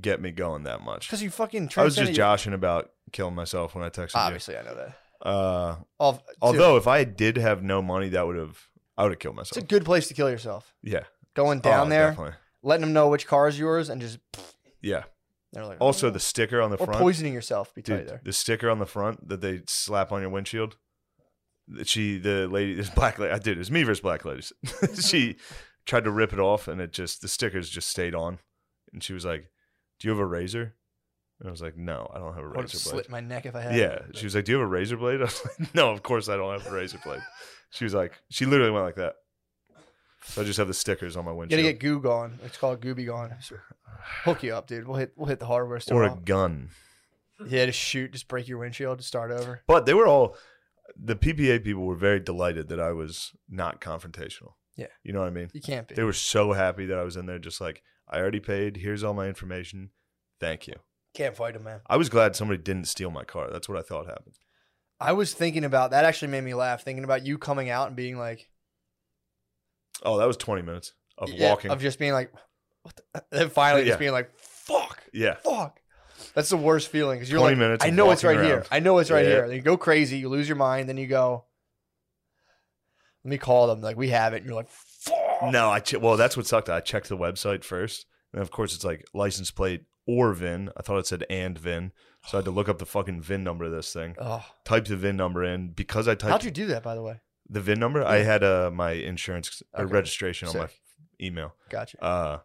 S2: get me going that much.
S1: Because you fucking.
S2: I was just
S1: transcended-
S2: joshing about killing myself when I texted
S1: Obviously, I know that.
S2: you. Uh,
S1: Al- dude,
S2: although if I did have no money, that would have I would have killed
S1: it's a
S2: myself.
S1: good place to kill yourself.
S2: yeah,
S1: Going down
S2: Oh,
S1: there,
S2: Definitely.
S1: letting them know which car is yours, and just
S2: Yeah.
S1: they're like.
S2: Also,
S1: "Oh."
S2: the sticker on the
S1: or
S2: front,
S1: poisoning yourself. Be tight
S2: dude,
S1: there.
S2: the sticker on the front that they slap on your windshield. that She, the lady, this black lady, I did. It was me versus black ladies. she tried to rip it off, and it just the stickers just stayed on. And she was like, "Do you have a razor?" And I was like, "No, I don't have a
S1: I would have
S2: razor blade."
S1: slit my neck if I had.
S2: Yeah. She was like, Do you have a razor blade? I was like, No, of course I don't have a razor blade. She was like, She literally went like that. So I just have the stickers on my
S1: You
S2: windshield.
S1: gotta get goo gone. It's called gooby gone. Hook you up, dude. We'll hit. We'll hit the hardware store.
S2: or a gun.
S1: yeah, just shoot. Just break your windshield. Just start over.
S2: But they were all, the PPA people were very delighted that I was not confrontational.
S1: Yeah.
S2: You know what I mean?
S1: You can't be.
S2: They were so happy that I was in there, just like, I already paid. Here's all my information. Thank you.
S1: can't fight him, man.
S2: I was glad somebody didn't steal my car. That's what I thought happened.
S1: I was thinking about that. Actually, made me laugh. Thinking about you coming out and being like,
S2: Oh, that was 20 minutes of
S1: yeah,
S2: walking.
S1: of just being like, what the? and then finally
S2: Yeah.
S1: just being like, fuck,
S2: yeah.
S1: fuck. That's the worst feeling because you're
S2: 20
S1: like,
S2: minutes
S1: I
S2: of
S1: know it's right
S2: walking
S1: here.
S2: around.
S1: I know it's right
S2: Yeah.
S1: here. Then you go crazy. You lose your mind. Then you go, let me call them. Like we have it. And you're like, fuck.
S2: No, I che- well, that's what sucked. I checked the website first, and of course, it's like license plate or VIN. I thought it said and VIN, so I had to look up the fucking VIN number of this thing.
S1: Oh,
S2: Type the VIN number in because I typed
S1: how'd you do that, by the way?
S2: the VIN number. I had uh, my insurance or
S1: Okay.
S2: registration on my email.
S1: Gotcha.
S2: Uh,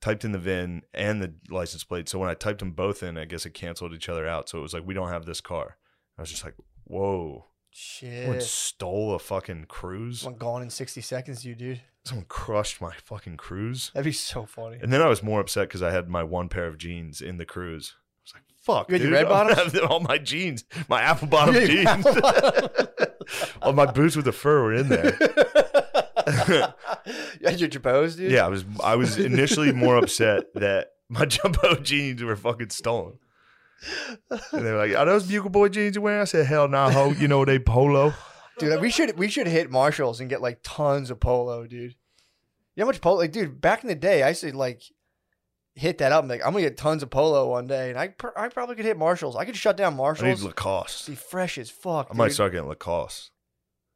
S2: typed in the VIN and the license plate. So when I typed them both in, I guess it canceled each other out. So it was like we don't have this car. I was just like, whoa, someone
S1: Shit.
S2: stole a fucking cruise.
S1: Someone gone in 60 seconds, you dude.
S2: Someone crushed my fucking cruise.
S1: That'd be so funny.
S2: And then I was more upset because I had my one pair of jeans in the cruise. I was like, "Fuck,
S1: You had your
S2: dude,
S1: red
S2: I'm gonna
S1: bottoms?
S2: have all my jeans, my apple bottom
S1: Yeah, your
S2: jeans, all my boots with the fur were in there."
S1: you had your jabos, dude?
S2: Yeah, I was. I was initially more upset that my jumbo jeans were fucking stolen. And they were like, "Are those Bugle Boy jeans you're wearing?" I said, "Hell nah, ho. You know they polo."
S1: Dude, we should we should hit Marshalls and get like tons of polo, dude. You know how much polo like dude, back in the day I used to like hit that up and be like I'm gonna get tons of polo one day and I pr- I probably could hit Marshalls. I could shut down
S2: I need
S1: Marshalls.
S2: Lacoste.
S1: Be fresh as fuck.
S2: I might
S1: dude.
S2: start getting Lacoste.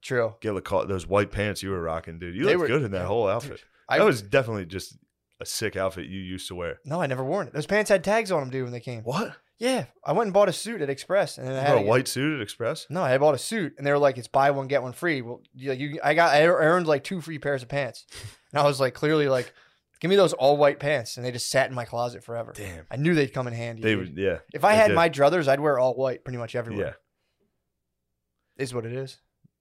S1: True.
S2: Get Lacoste. Those white pants you were rocking, dude. You
S1: They
S2: looked
S1: were-
S2: good in that whole outfit.
S1: I
S2: that was definitely just a sick outfit you used to wear.
S1: No, I never worn it. Those pants had tags on them, dude, when they came.
S2: What?
S1: Yeah, I went and bought a suit at Express, and then I
S2: You
S1: had
S2: bought a
S1: to get-
S2: white suit at Express?
S1: No, I bought a suit, and they were like, "It's buy one get one free." Well, you, you I got I earned like two free pairs of pants, and I was like, clearly like, give me those all white pants, and they just sat in my closet forever.
S2: Damn.
S1: I knew they'd come in handy.
S2: They
S1: dude.
S2: would, yeah,
S1: if I
S2: they
S1: had
S2: did.
S1: my druthers, I'd wear all white pretty much
S2: yeah.
S1: everywhere. is what it is.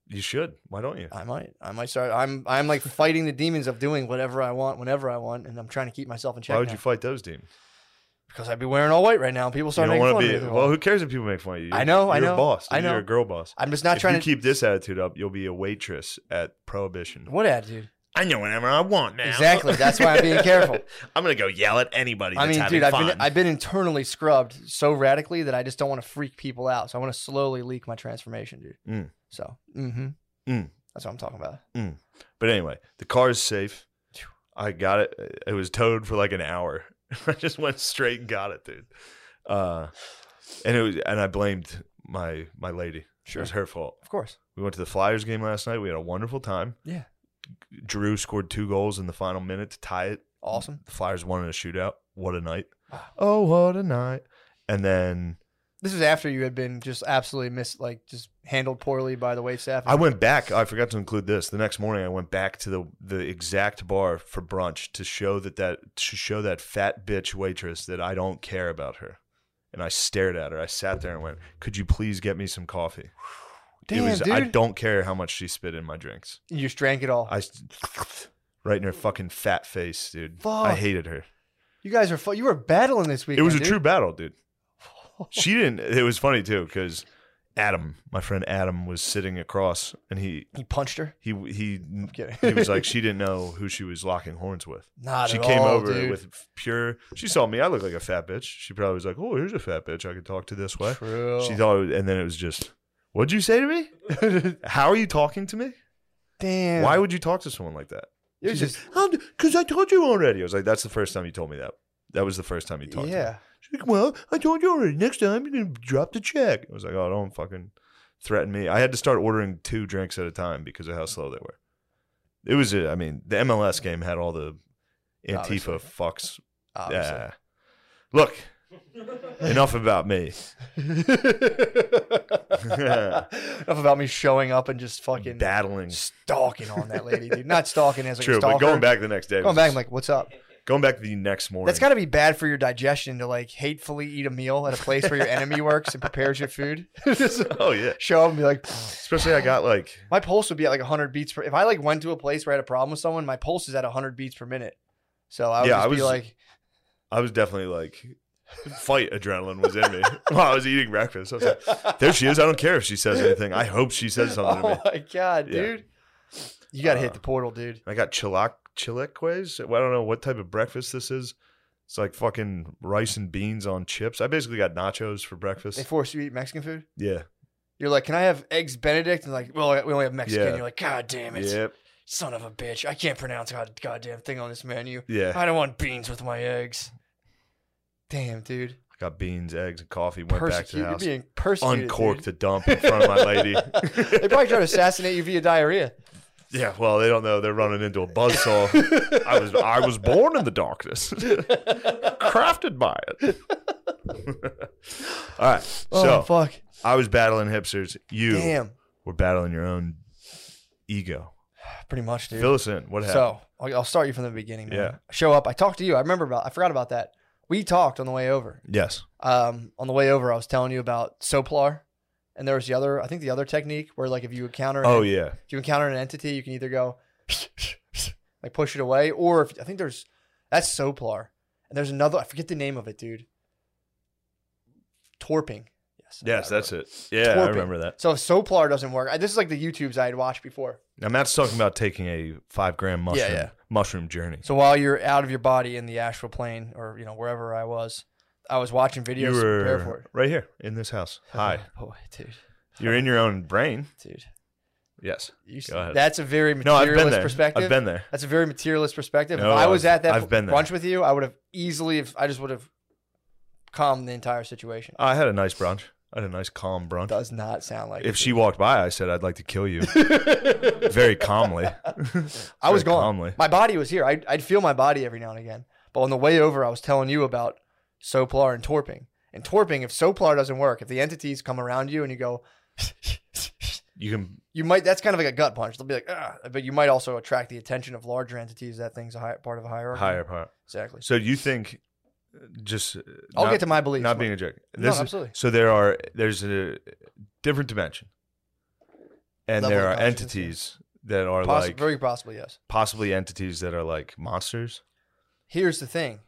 S2: You should. Why don't you?
S1: I might, I might start. I'm, I'm like fighting the demons of doing whatever I want, whenever I want, and I'm trying to keep myself in check.
S2: Why would
S1: now.
S2: you fight those demons?
S1: because I'd be wearing all white right now. and People
S2: You
S1: start
S2: don't
S1: making
S2: want
S1: fun
S2: to be.
S1: of me.
S2: Well, who cares if people make fun of you?
S1: I know,
S2: You're
S1: I
S2: A
S1: know,
S2: boss.
S1: I
S2: dude. You're
S1: know.
S2: a girl boss.
S1: I'm just not
S2: if
S1: trying
S2: you
S1: to
S2: keep this attitude up, you'll be a waitress at Prohibition.
S1: What ad, dude?
S2: I know whatever I want now.
S1: Exactly. That's why I'm being careful.
S2: I'm gonna go yell at anybody.
S1: I mean, dude, I've been I've been internally scrubbed so radically that I just don't want to freak people out. So I want to slowly leak my transformation, dude.
S2: Mm.
S1: So, mm-hmm.
S2: Mm.
S1: That's what I'm talking about.
S2: but anyway, the car is safe.
S1: Phew.
S2: I got it. It was towed for like an hour. I just went straight and got it, dude. Uh, and it was, and I blamed my my lady. It
S1: Sure,
S2: was her fault.
S1: of course.
S2: We went to the Flyers game last night. We had a wonderful time.
S1: Yeah.
S2: Drew scored two goals in the final minute to tie it.
S1: Awesome. Ah.
S2: The Flyers won in a shootout. What a night.
S1: Wow.
S2: Oh, what a night. And then
S1: This was after you had been just absolutely mis like just handled poorly by the wait staff.
S2: I went back. I forgot to include this. The next morning, I went back to the the exact bar for brunch to show that that to show that fat bitch waitress that I don't care about her. And I stared at her. I sat there and went, "Could you please get me some coffee?"
S1: Damn,
S2: it was,
S1: dude.
S2: I don't care how much she spit in my drinks.
S1: you just drank it all.
S2: I s- right in her fucking fat face, dude. I
S1: Fuck.
S2: hated her.
S1: you guys were fu- you were battling this week.
S2: It was a true battle, dude. She didn't. It was funny too because Adam, my friend Adam, was sitting across, and he
S1: He punched her.
S2: he he
S1: kidding.
S2: he was like she didn't know who she was locking horns with.
S1: Not
S2: she
S1: at
S2: came
S1: all,
S2: over
S1: dude.
S2: with pure. She saw me. I look like a fat bitch. She probably was like, "Oh, here's a fat bitch I could talk to this way."
S1: True.
S2: She thought, it was- and then it was just, "What'd you say to me? How are you talking to me?
S1: Damn.
S2: Why would you talk to someone like that?"
S1: it was just
S2: because I told you already. I was like, "That's the first time you told me that. That was the first time you talked." To me.
S1: yeah.
S2: She's like, well, I told you already. Next time you're gonna drop the check. I was like, oh, don't fucking threaten me. I had to start ordering two drinks at a time because of how slow they were. It was, a, I mean, the MLS game had all the Antifa
S1: Obviously.
S2: fucks.
S1: Obviously.
S2: Yeah. Look, enough about me.
S1: Enough about me showing up and just fucking
S2: Battling.
S1: stalking on that lady, dude. Not stalking as like a
S2: True,
S1: stalker.
S2: but going back the next day.
S1: going
S2: was-
S1: back, I'm like, what's up?
S2: going back the next morning.
S1: That's got to be bad for your digestion to like hatefully eat a meal at a place where your enemy works and prepares your food. Just
S2: oh yeah.
S1: show up and be like,
S2: Especially I got like
S1: my pulse would be at like 100 beats per. If I like went to a place where I had a problem with someone, my pulse is at 100 beats per minute. So I would
S2: Yeah,
S1: just
S2: I
S1: be
S2: was-
S1: like,
S2: I was definitely like fight adrenaline was in me while I was eating breakfast. I was like, There she is. I don't care if she says anything. I hope she says something to me.
S1: oh my god,
S2: Yeah.
S1: dude, you got to hit
S2: Uh,
S1: the portal, dude.
S2: I got chilac chilaquiles. I don't know what type of breakfast this is. It's like fucking rice and beans on chips. I basically got nachos for
S1: They
S2: breakfast.
S1: force you to eat Mexican food.
S2: Yeah.
S1: You're like, can I have eggs Benedict? And like, well, we only have Mexican.
S2: Yeah.
S1: You're like, god damn it,
S2: Yep.
S1: son of a bitch, I can't pronounce god goddamn thing on this menu.
S2: Yeah.
S1: I don't want beans with my eggs. Damn, dude.
S2: I got beans, eggs, and coffee. Went back to
S1: Persecute-
S2: the
S1: you're
S2: house.
S1: being persecuted.
S2: Uncorked
S1: dude.
S2: a dump in front of my lady.
S1: they probably try to assassinate you via diarrhea.
S2: yeah. Well, they don't know. They're running into a buzzsaw. I was I was born in the darkness, crafted by it. All right.
S1: Oh
S2: so
S1: fuck!
S2: I was battling hipsters. You
S1: Damn,
S2: were battling your own ego.
S1: pretty much, dude.
S2: Fill us in. What happened?
S1: So I'll, I'll start you from the beginning. Man.
S2: Yeah.
S1: I show up. I talked to you. I remember about. I forgot about that. We talked on the way over.
S2: yes.
S1: Um, on the way over, I was telling you about Soplar, and there was the other. I think the other technique where like if you encounter
S2: Oh yeah.
S1: if you encounter an entity, you can either go like push it away, or if I think there's that's Soplar, and there's another. I forget the name of it, dude. Torping. Yes.
S2: Yes,
S1: I
S2: that's
S1: remember.
S2: it. Yeah, I
S1: Torpid.
S2: remember that.
S1: So if Soplar doesn't work, I, this is like the YouTubes I had watched before.
S2: Now Matt's talking about taking a five gram mushroom
S1: yeah.
S2: mushroom journey.
S1: So while you're out of your body in the astral plane, or you know wherever I was, I was watching videos
S2: you
S1: to prepare for
S2: were
S1: it.
S2: right here in this house. Hi.
S1: Oh, boy, dude,
S2: You're in your own brain.
S1: dude.
S2: Yes.
S1: You,
S2: Go ahead.
S1: that's a very
S2: No, I've
S1: materialist
S2: been there.
S1: perspective.
S2: I've been there.
S1: That's a very materialist perspective.
S2: No,
S1: if I was
S2: I've-
S1: at that
S2: I've been there.
S1: brunch with you, I would have easily. Have, I just would have calmed the entire situation.
S2: I had a nice brunch. I had a nice calm brunch.
S1: Does not sound like
S2: if
S1: it.
S2: she walked by, I said I'd like to kill you. Very calmly.
S1: I was
S2: Very
S1: gone.
S2: calmly.
S1: My body was here. I'd, I'd feel my body every now and again. But on the way over, I was telling you about Soplar and Torping. And Torping, if Soplar doesn't work, if the entities come around you and you go,
S2: You can
S1: you might, that's kind of like a gut punch. They'll be like, ah, but you might also attract the attention of larger entities. That thing's a high, part of a hierarchy.
S2: higher part.
S1: Exactly.
S2: So you think just uh,
S1: I'll
S2: not-
S1: get to my beliefs.
S2: not being a jerk.
S1: No,
S2: This is-
S1: absolutely.
S2: So there are there's a different dimension, and
S1: Level
S2: there
S1: of consciousness,
S2: are
S1: yeah.
S2: entities that are
S1: Possi-
S2: like
S1: very possibly, yes.
S2: possibly entities that are like monsters.
S1: Here's the thing.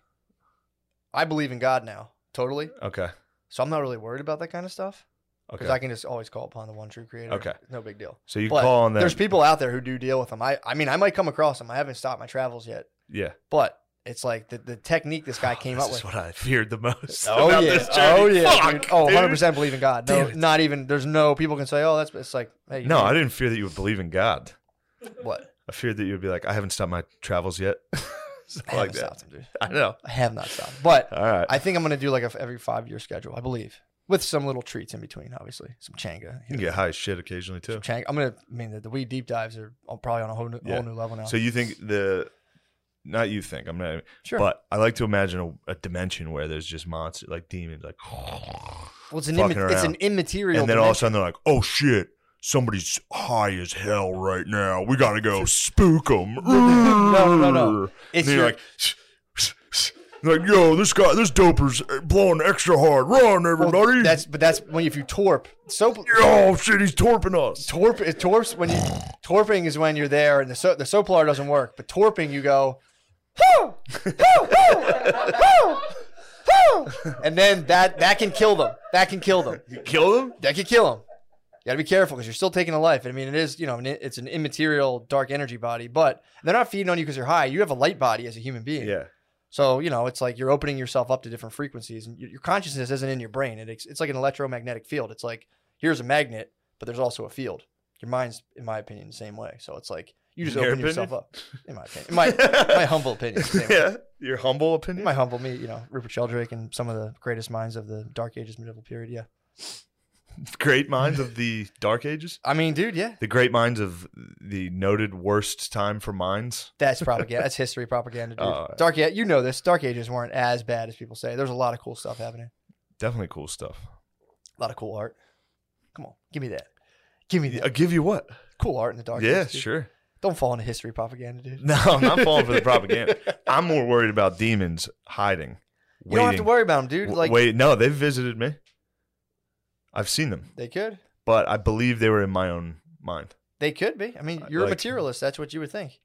S1: I believe in God now, totally.
S2: Okay.
S1: So I'm not really worried about that kind of stuff because
S2: Okay.
S1: I can just always call upon the one true creator.
S2: Okay.
S1: No big deal.
S2: so you
S1: but
S2: call on them.
S1: There's people out there who do deal with them. I, I mean, I might come across them. I haven't stopped my travels yet,
S2: yeah.
S1: but it's like the, the technique this guy came
S2: this
S1: up
S2: is
S1: with.
S2: what I feared the most.
S1: Oh
S2: about
S1: yeah.
S2: this
S1: oh
S2: journey.
S1: yeah.
S2: Fuck,
S1: dude. Oh,
S2: dude.
S1: 100% believe in God. No,
S2: Damn it.
S1: not even. There's no people can say, oh, that's. It's like, hey,
S2: No, I didn't fear that you would believe in God.
S1: what?
S2: I feared that you would be like, I haven't stopped my travels yet. Something
S1: I
S2: like
S1: haven't
S2: that.
S1: stopped him, dude.
S2: I know.
S1: I have not stopped. But
S2: All right.
S1: I think I'm gonna do like a f- every five year schedule. I believe with some little treats in between, obviously some changa.
S2: you can get high as shit occasionally too.
S1: Chang, I'm gonna. I mean, the, the weed deep dives are all probably on a whole new,
S2: Yeah.
S1: whole new level now.
S2: So you think the not you think. I'm not.
S1: Sure.
S2: But I like to imagine a, a dimension where there's just monsters, like demons, like.
S1: well, it's an
S2: fucking
S1: imma- it's an
S2: around.
S1: immaterial.
S2: And then all of
S1: dimension.
S2: a sudden they're like, "Oh shit, somebody's high as hell right now. We gotta go spook them."
S1: No, no, no.
S2: And
S1: it's
S2: then you're
S1: your,
S2: like, like, yo, this guy, this doper's blowing extra hard. Run,
S1: well,
S2: everybody!
S1: Oh, that's but that's when if you torp. Soap
S2: oh shit, he's torping us.
S1: torp it torps when you torping is when you're there and the so, the soaplar doesn't work, but torping you go. "Hoo! Hoo! Hoo! Hoo! Hoo!" and then that that can kill them. That can kill them.
S2: Kill him?
S1: That could kill him. You got to be careful because you're still taking a life. I mean, it is you know an- it's an immaterial dark energy body, but they're not feeding on you because you're high. You have a light body as a human being.
S2: Yeah.
S1: So you know it's like you're opening yourself up to different frequencies, and your, your consciousness isn't in your brain. It, ex- it's like an electromagnetic field. It's like here's a magnet, but there's also a field. Your mind's, in my opinion, the same way. So it's like you just
S2: Your
S1: open yourself up. In my opinion, in my my humble opinion. Same way.
S2: yeah. Your humble
S1: In
S2: opinion.
S1: my humble me, you know, Rupert Sheldrake and some of the greatest minds of the Dark Ages medieval period. Yeah,
S2: Great minds of the Dark Ages.
S1: I mean, dude, yeah,
S2: The great minds of the noted worst time for minds.
S1: That's propaganda. That's history propaganda, dude.
S2: Oh, yeah.
S1: Dark, yeah, you know this. Dark Ages weren't as bad as people say. There's a lot of cool stuff happening.
S2: Definitely cool stuff.
S1: A lot of cool art. Come on, give me that. Give me that
S2: I'll give you what?
S1: cool art in the dark.
S2: yeah,
S1: Ages, dude.
S2: sure.
S1: Don't fall into history propaganda, dude.
S2: No, I'm not falling for the propaganda. I'm more worried about demons hiding.
S1: You don't have to
S2: waiting.
S1: worry about them, dude.
S2: W-
S1: Like
S2: wait, no, they've visited me. I've seen them,
S1: they could,
S2: but I believe they were in my own mind.
S1: they could be. I mean,
S2: Uh,
S1: you're a
S2: like-
S1: materialist. That's what you would think.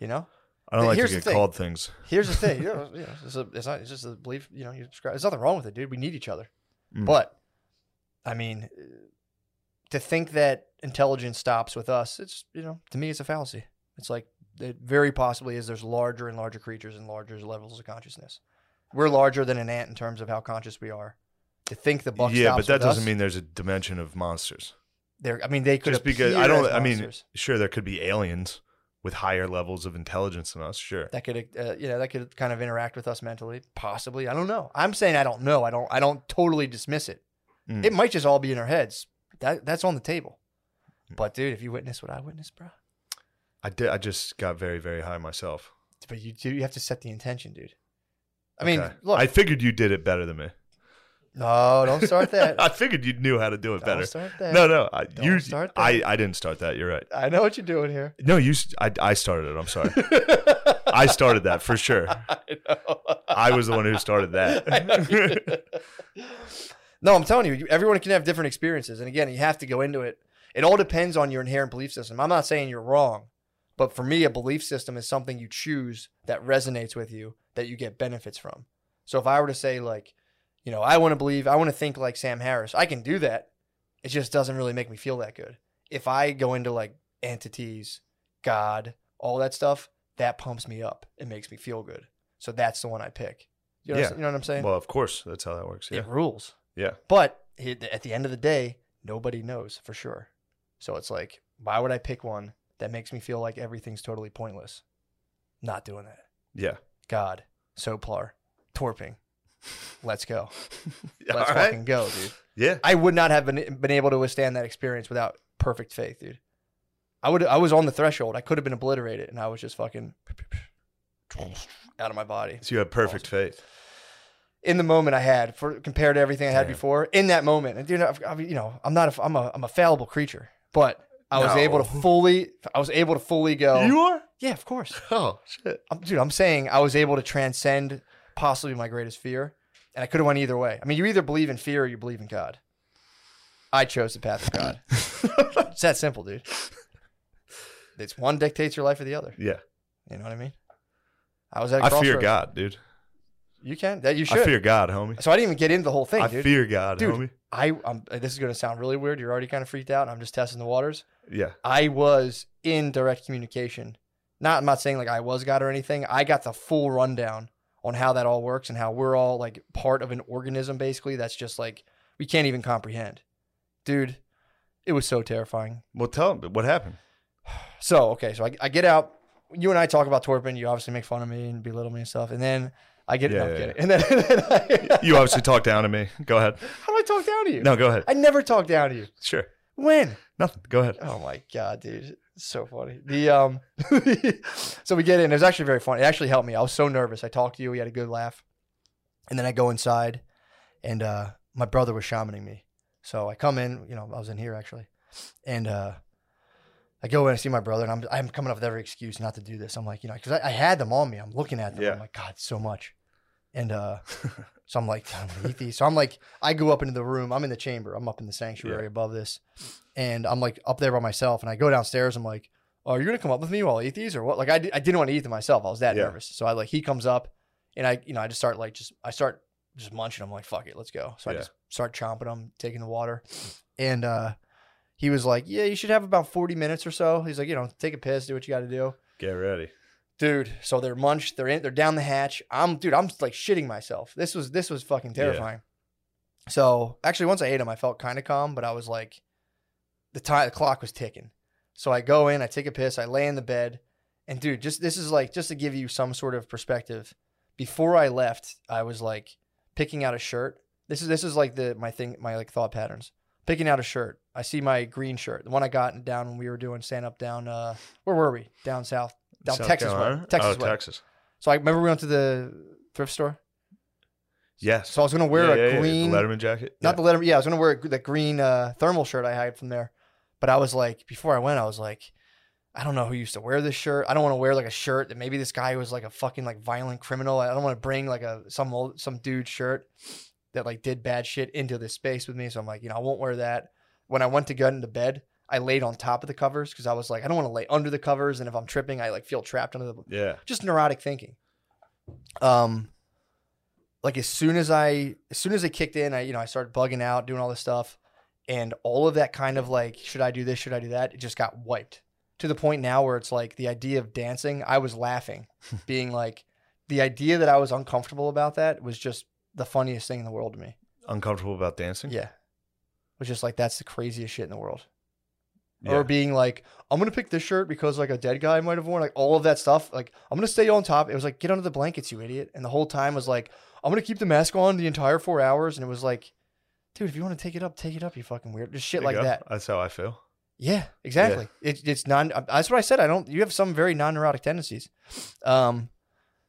S1: You know.
S2: I don't
S1: But
S2: like
S1: here's
S2: to
S1: the
S2: get
S1: thing.
S2: called things.
S1: Here's the thing. You know, you know, it's, a, it's not. It's just a belief. You know, you subscribe. There's nothing wrong with it, dude. We need each other.
S2: Mm.
S1: But I mean, uh, to think that intelligence stops with us, it's you know, to me, it's a fallacy. It's like it very possibly is. There's larger and larger creatures and larger levels of consciousness. We're larger than an ant in terms of how conscious we are. To think the buck
S2: Yeah,
S1: stops
S2: but that
S1: with
S2: doesn't
S1: us,
S2: mean there's a dimension of monsters.
S1: they're. I mean, they could
S2: Just because I
S1: appear
S2: don't.
S1: as
S2: I mean,
S1: monsters.
S2: sure, there could be aliens with higher levels of intelligence than us. Sure.
S1: that could uh, you know that could kind of interact with us mentally possibly i don't know i'm saying i don't know i don't i don't totally dismiss it
S2: Mm.
S1: it might just all be in our heads that that's on the table
S2: Mm.
S1: but dude if you witness what i witnessed bro
S2: I did. I just got very, very high myself.
S1: but you do you have to set the intention dude i mean
S2: Okay.
S1: look
S2: I figured you did it better than me.
S1: no don't start that
S2: I figured you knew how to do it
S1: don't
S2: better.
S1: start that
S2: No, no, I,
S1: Don't
S2: you.
S1: start
S2: I, I didn't start that. You're right.
S1: i know what you're doing here
S2: No, you. s- I, I started it. I'm sorry. I started that for sure.
S1: I know.
S2: I was the one who started
S1: I know you
S2: that.
S1: did. no, I'm telling you, you, everyone can have different experiences. And again, you have to go into it. It all depends on your inherent belief system. I'm not saying you're wrong, but for me, a belief system is something you choose that resonates with you that you get benefits from. So if I were to say, like, you know, I want to believe, I want to think like Sam Harris, I can do that. It just doesn't really make me feel that good. If I go into like entities, God, all that stuff, that pumps me up. It makes me feel good. So that's the one I pick. You know, what,
S2: Yeah.
S1: I'm, you know what I'm saying?
S2: well, of course, that's how that works. Yeah.
S1: It rules.
S2: Yeah.
S1: But it, at the end of the day, nobody knows for sure. So it's like, why would I pick one that makes me feel like everything's totally pointless? Not doing that.
S2: Yeah.
S1: God, Soplar, Torping. Let's go. Let's
S2: All right.
S1: fucking go, dude.
S2: Yeah.
S1: I would not have been, been able to withstand that experience without perfect faith, dude. I would I was on the threshold. I could have been obliterated and I was just fucking out of my body.
S2: So you have perfect faith.
S1: in the moment I had for compared to everything I had
S2: Damn.
S1: before in that moment. And dude, I've, I've, you know, I'm not, a, I'm a, I'm a fallible creature, but I was
S2: No.
S1: able to fully, I was able to fully go.
S2: are?
S1: yeah, of course.
S2: Oh shit.
S1: I'm, dude, I'm saying I was able to transcend possibly my greatest fear, and I could have went either way. I mean, you either believe in fear or you believe in God. I chose the path of God. it's that simple, dude. It's one dictates your life or the other.
S2: Yeah.
S1: You know what I mean? I was at. a
S2: I fear
S1: crossroads.
S2: God, dude.
S1: You can that you should.
S2: I fear God, homie.
S1: so I didn't even get into the whole thing,
S2: I
S1: dude.
S2: fear God,
S1: Dude.
S2: homie.
S1: I um, this is going to sound really weird. You're already kind of freaked out. And I'm just testing the waters.
S2: Yeah.
S1: I was in direct communication. Not I'm not saying like I was God or anything. I got the full rundown on how that all works and how we're all like part of an organism basically that's just like we can't even comprehend. Dude, it was so terrifying.
S2: Well, tell him what happened.
S1: So okay, so I, I get out. You and I talk about Torpin. You obviously make fun of me and belittle me and stuff. And then I get
S2: Yeah,
S1: no, I'm
S2: yeah,
S1: kidding. And then, and then I,
S2: You obviously talked down to me. Go ahead.
S1: how do I talk down to you?
S2: No, go ahead.
S1: I never talk down to you.
S2: Sure.
S1: When?
S2: Nothing. Go ahead.
S1: Oh my god, dude. It's so funny. The um so we get in. It was actually very funny. It actually helped me. I was so nervous. I talked to you, we had a good laugh. And then I go inside and uh my brother was shamaning me. So I come in, you know, I was in here actually. And uh I go in and see my brother, and I'm I'm coming up with every excuse not to do this. I'm like, you know, because I, I had them on me. I'm looking at them.
S2: Yeah.
S1: I'm like, God, so much. And uh so I'm like, I'm gonna eat these. So I'm like, I go up into the room. I'm in the chamber. I'm up in the sanctuary above this, and I'm like up there by myself. And I go downstairs. I'm like, oh, are you gonna come up with me while I eat these or what? Like I, di- I didn't want to eat them myself. I was that
S2: Yeah.
S1: nervous. So I like he comes up, and I you know I just start like just I start just munching. I'm like, fuck it, let's go. So I
S2: Yeah.
S1: just start chomping them, taking the water, and uh, he was like, yeah, you should have about 40 minutes or so. He's like, you know, take a piss, do what you got to do
S2: Get ready.
S1: dude. So they're munched. They're in. They're down the hatch. I'm, dude. I'm like shitting myself. This was this was fucking
S2: Yeah.
S1: terrifying. So actually, once I ate them, I felt kind of calm, but I was like, the time the clock was ticking. So I go in, I take a piss, I lay in the bed, and dude, just this is like just to give you some sort of perspective. Before I left, I was like picking out a shirt. This is this is like the my thing my like thought patterns. Picking out a shirt. I see my green shirt, the one I got down when we were doing stand up down uh where were we? Down south. Down
S2: South
S1: Texas way.
S2: Carolina?
S1: Texas
S2: oh,
S1: way.
S2: Texas.
S1: So I remember we went to the thrift store.
S2: Yes.
S1: So I was gonna wear
S2: Yeah,
S1: a
S2: yeah, yeah. The
S1: green
S2: Letterman jacket.
S1: not the letter. Yeah, I was gonna wear the green uh, thermal shirt I had from there, but I was like, before I went, I was like, I don't know who used to wear this shirt. I don't want to wear like a shirt that maybe this guy was like a fucking like violent criminal. I don't want to bring like a some old some dude shirt that like did bad shit into this space with me. So I'm like, you know, I won't wear that. When I went to get into bed, I laid on top of the covers because I was like, I don't want to lay under the covers, and if I'm tripping, I like feel trapped under the
S2: yeah. Yeah.
S1: just neurotic thinking. Um, like as soon as I, as soon as it kicked in, I you know I started bugging out, doing all this stuff, and all of that kind of like, should I do this? Should I do that? It just got wiped to the point now where it's like the idea of dancing. I was laughing, being like, the idea that I was uncomfortable about that was just the funniest thing in the world to me.
S2: Uncomfortable about dancing?
S1: Yeah, it was just like that's the craziest shit in the world
S2: Yeah.
S1: or being like, I'm gonna pick this shirt because like a dead guy might have worn like all of that stuff. Like I'm gonna stay on top. It was like get under the blankets, you idiot. And the whole time was like, I'm gonna keep the mask on the entire four hours. And it was like, dude, if you want to take it up, take it up. You fucking weird. Just
S2: There
S1: shit
S2: you
S1: like
S2: go.
S1: that.
S2: That's how I feel.
S1: Yeah, exactly. It, it's non. That's what I said. I don't. You have some very non-neurotic tendencies. Um,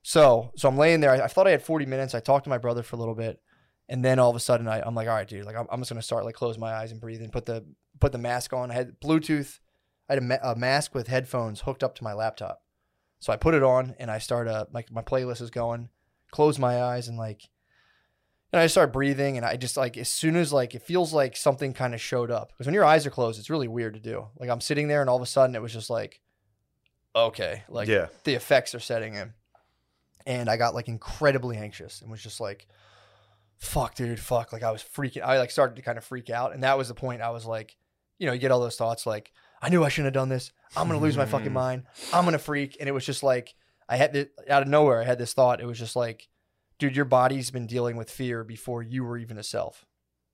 S1: so so I'm laying there. I, I thought I had 40 minutes. I talked to my brother for a little bit, and then all of a sudden I, I'm like, all right, dude. Like I'm, I'm just gonna start like close my eyes and breathe and put the put the mask on. I had Bluetooth. I had a, ma- a mask with headphones hooked up to my laptop. So I put it on and I start uh like my playlist is going. Close my eyes and like and I start breathing and I just like as soon as like it feels like something kind of showed up because when your eyes are closed, it's really weird to do. Like I'm sitting there and all of a sudden it was just like, okay, like
S2: yeah.
S1: the effects are setting in, and I got like incredibly anxious and was just like, fuck, dude, fuck. Like I was freaking. I like started to kind of freak out, and that was the point. I was like, you know, you get all those thoughts like, I knew I shouldn't have done this. I'm gonna lose my fucking mind. I'm gonna freak. And it was just like I had it out of nowhere. I had this thought. It was just like, dude, your body's been dealing with fear before you were even a self.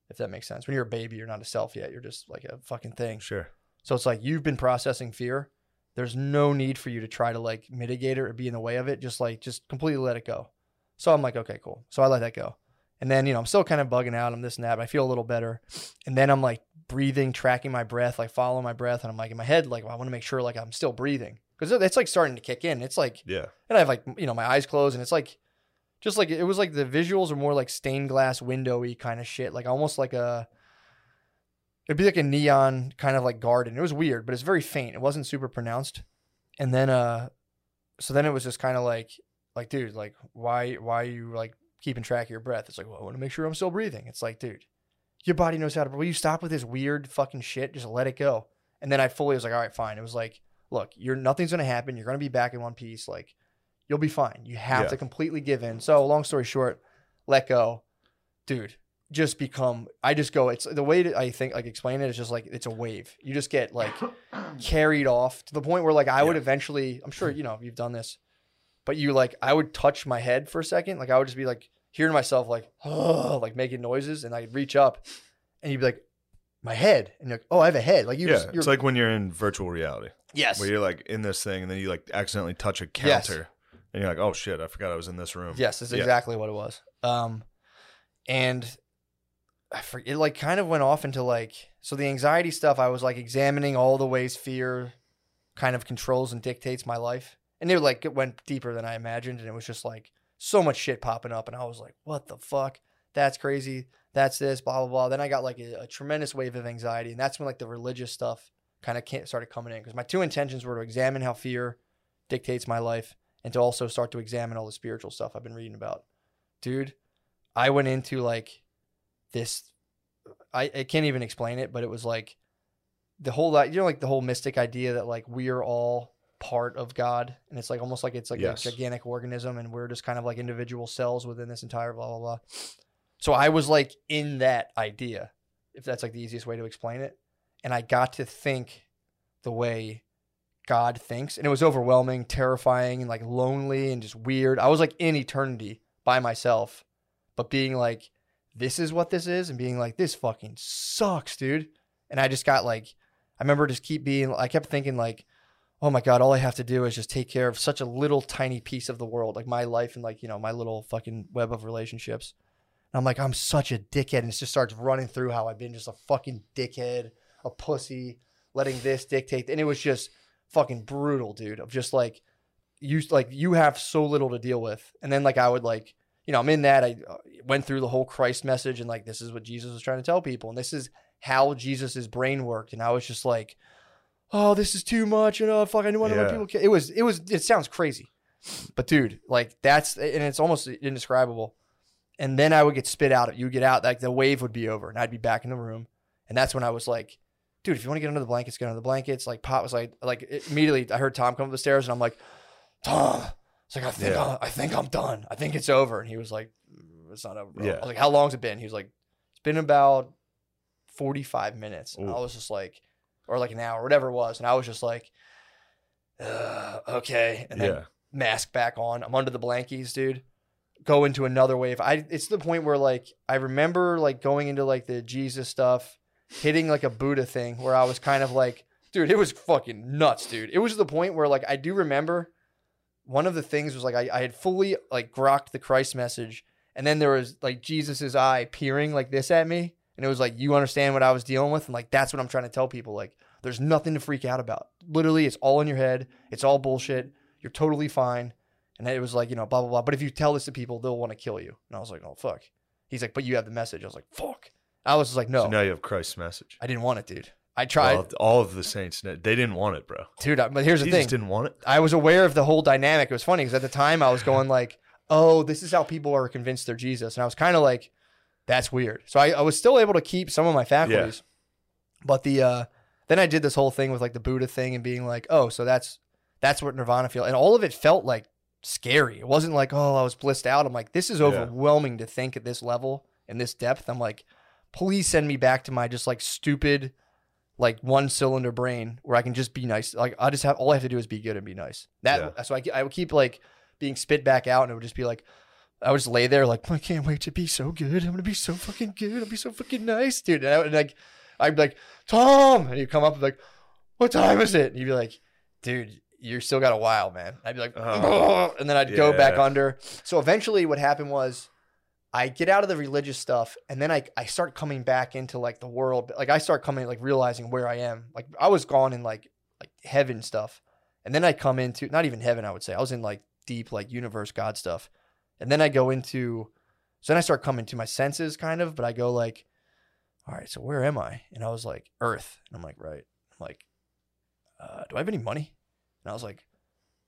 S1: If that makes sense. When you're a baby, you're not a self yet. You're just like a fucking thing.
S2: Sure.
S1: So it's like you've been processing fear. There's no need for you to try to like mitigate it or be in the way of it. Just like just completely let it go. So I'm like, okay, cool. So I let that go. And then, you know, I'm still kind of bugging out. I'm this and that, but I feel a little better. And then I'm like breathing, tracking my breath, like following my breath. And I'm like in my head, like, well, I want to make sure like I'm still breathing. Cause it's like starting to kick in. It's like,
S2: Yeah.
S1: and I have like, you know, my eyes closed and it's like, just like, it was like the visuals are more like stained glass windowy kind of shit. Like almost like a, it'd be like a neon kind of like garden. It was weird, but it's very faint. It wasn't super pronounced. And then uh so then it was just kind of like like dude, like why why are you like keeping track of your breath? It's like, well, I want to make sure I'm still breathing. It's like, dude, your body knows how to will you stop with this weird fucking shit? Just let it go. And then I fully was like, all right, fine. It was like, look, you're nothing's gonna happen. You're gonna be back in one piece. Like, you'll be fine. You have
S2: Yeah.
S1: to completely give in. So long story short, let go. Dude, just become i just go it's the way that i think like explain it is just like it's a wave you just get like carried off to the point where like i would
S2: Yeah. Mm.
S1: eventually i'm sure you know you've done this but you like i would touch my head for a second like i would just be like hearing myself like oh like making noises and i'd reach up and you'd be like my head and you're like oh i have a head like you
S2: yeah.
S1: just, you're
S2: It's like when you're in virtual reality,
S1: yes
S2: where you're like in this thing, and then you like accidentally touch a
S1: Yes.
S2: counter, and you're like, "Oh shit, I forgot I was in this room."
S1: Yes, that's
S2: Yeah.
S1: exactly what it was. Um, and I for, it like kind of went off into like so the anxiety stuff. I was like examining all the ways fear kind of controls and dictates my life, and it like it went deeper than I imagined, and it was just like so much shit popping up, and I was like, what the fuck? That's crazy. That's this. Blah blah blah. Then I got like a, a tremendous wave of anxiety, and that's when like the religious stuff kind of can't started coming in because my two intentions were to examine how fear dictates my life and to also start to examine all the spiritual stuff I've been reading about. Dude, I went into like this I, I can't even explain it, but it was like the whole you know like the whole mystic idea that like we are all part of God and it's like almost like it's like
S2: Yes.
S1: a gigantic organism and we're just kind of like individual cells within this entire blah blah blah. So I was like in that idea, if that's like the easiest way to explain it. And I got to think the way God thinks. And it was overwhelming, terrifying, and like lonely and just weird. I was like in eternity by myself, but being like, this is what this is, and being like, this fucking sucks, dude. And I just got like, I remember just keep being, I kept thinking like, oh my God, all I have to do is just take care of such a little tiny piece of the world, like my life and like, you know, my little fucking web of relationships. And I'm like, I'm such a dickhead. And it just starts running through how I've been just a fucking dickhead, a pussy, letting this dictate. And it was just fucking brutal, dude, of just like, you like you have so little to deal with and then like i would like you know i'm in that i uh, went through the whole christ message and like this is what jesus was trying to tell people and this is how jesus's brain worked and i was just like oh this is too much you know fuck i want to let
S2: Yeah.
S1: people ki-" it was it was it sounds crazy but dude like that's and it's almost indescribable and then i would get spit out you would get out like the wave would be over and i'd be back in the room and that's when i was like dude if you want to get under the blankets get under the blankets like pop was like like immediately i heard tom come up the stairs and i'm like Tom. It's like I think
S2: Yeah.
S1: I'm, I think I'm done. I think it's over. And he was like, "Mm, "It's not over, bro." I
S2: Yeah.
S1: was like, "How long's it been?" He was like, "It's been about 45 minutes." And I
S2: Ooh.
S1: was just like, or like an hour, whatever it was. And I was just like, "Ugh, "Okay." And then
S2: yeah.
S1: mask back on. I'm under the blankies, dude. Go into another wave. I it's the point where like I remember like going into like the Jesus stuff, hitting like a Buddha thing where I was kind of like, dude, it was fucking nuts, dude. It was the point where like I do remember one of the things was like I, I had fully like grokked the Christ message, and then there was like Jesus's eye peering like this at me, and it was like, you understand what I was dealing with, and like that's what I'm trying to tell people. Like, there's nothing to freak out about. Literally, it's all in your head. It's all bullshit. You're totally fine. And it was like, you know, blah blah blah. But if you tell this to people, they'll want to kill you. And I was like, oh fuck. He's like, but you have the message. I was like, fuck. I was just like, no,
S2: So now you have Christ's message.
S1: I didn't want it, dude. I tried,
S2: Well, all of the saints, they didn't want it, bro.
S1: dude. I, but here's the
S2: Jesus
S1: thing:
S2: didn't want it.
S1: I was aware of the whole dynamic. It was funny because at the time I was going like, "Oh, this is how people are convinced they're Jesus," and I was kind of like, "That's weird." So I, I was still able to keep some of my faculties, but the uh, then I did this whole thing with like the Buddha thing and being like, "Oh, so that's that's what Nirvana feels," and all of it felt like scary. It wasn't like, "Oh, I was blissed out." I'm like, "This is
S2: Yeah.
S1: overwhelming to think at this level and this depth." I'm like, "Please send me back to my just like stupid." like one cylinder brain where I can just be nice. Like I just have all I have to do is be good and be nice. That so I, I would keep like being spit back out and it would just be like I would just lay there like I can't wait to be so good. I'm gonna be so fucking good. I'll be so fucking nice, dude. And, I, would like I'd be like Tom, and he'd come up and be like, "What time is it?" And you'd be like, "Dude, you still got a while, man." I'd be like,
S2: Oh.
S1: and then I'd go back
S2: Yeah.
S1: under. So eventually, what happened was. I get out of the religious stuff and then I, I start coming back into like the world. Like I start coming like realizing where I am. Like I was gone in like like heaven stuff. And then I come into not even heaven, I would say. I was in like deep like universe God stuff. And then I go into so then I start coming to my senses kind of, but I go like, all right, so where am I? And I was like, Earth. And I'm like, right. I'm like, uh, do I have any money? And I was like,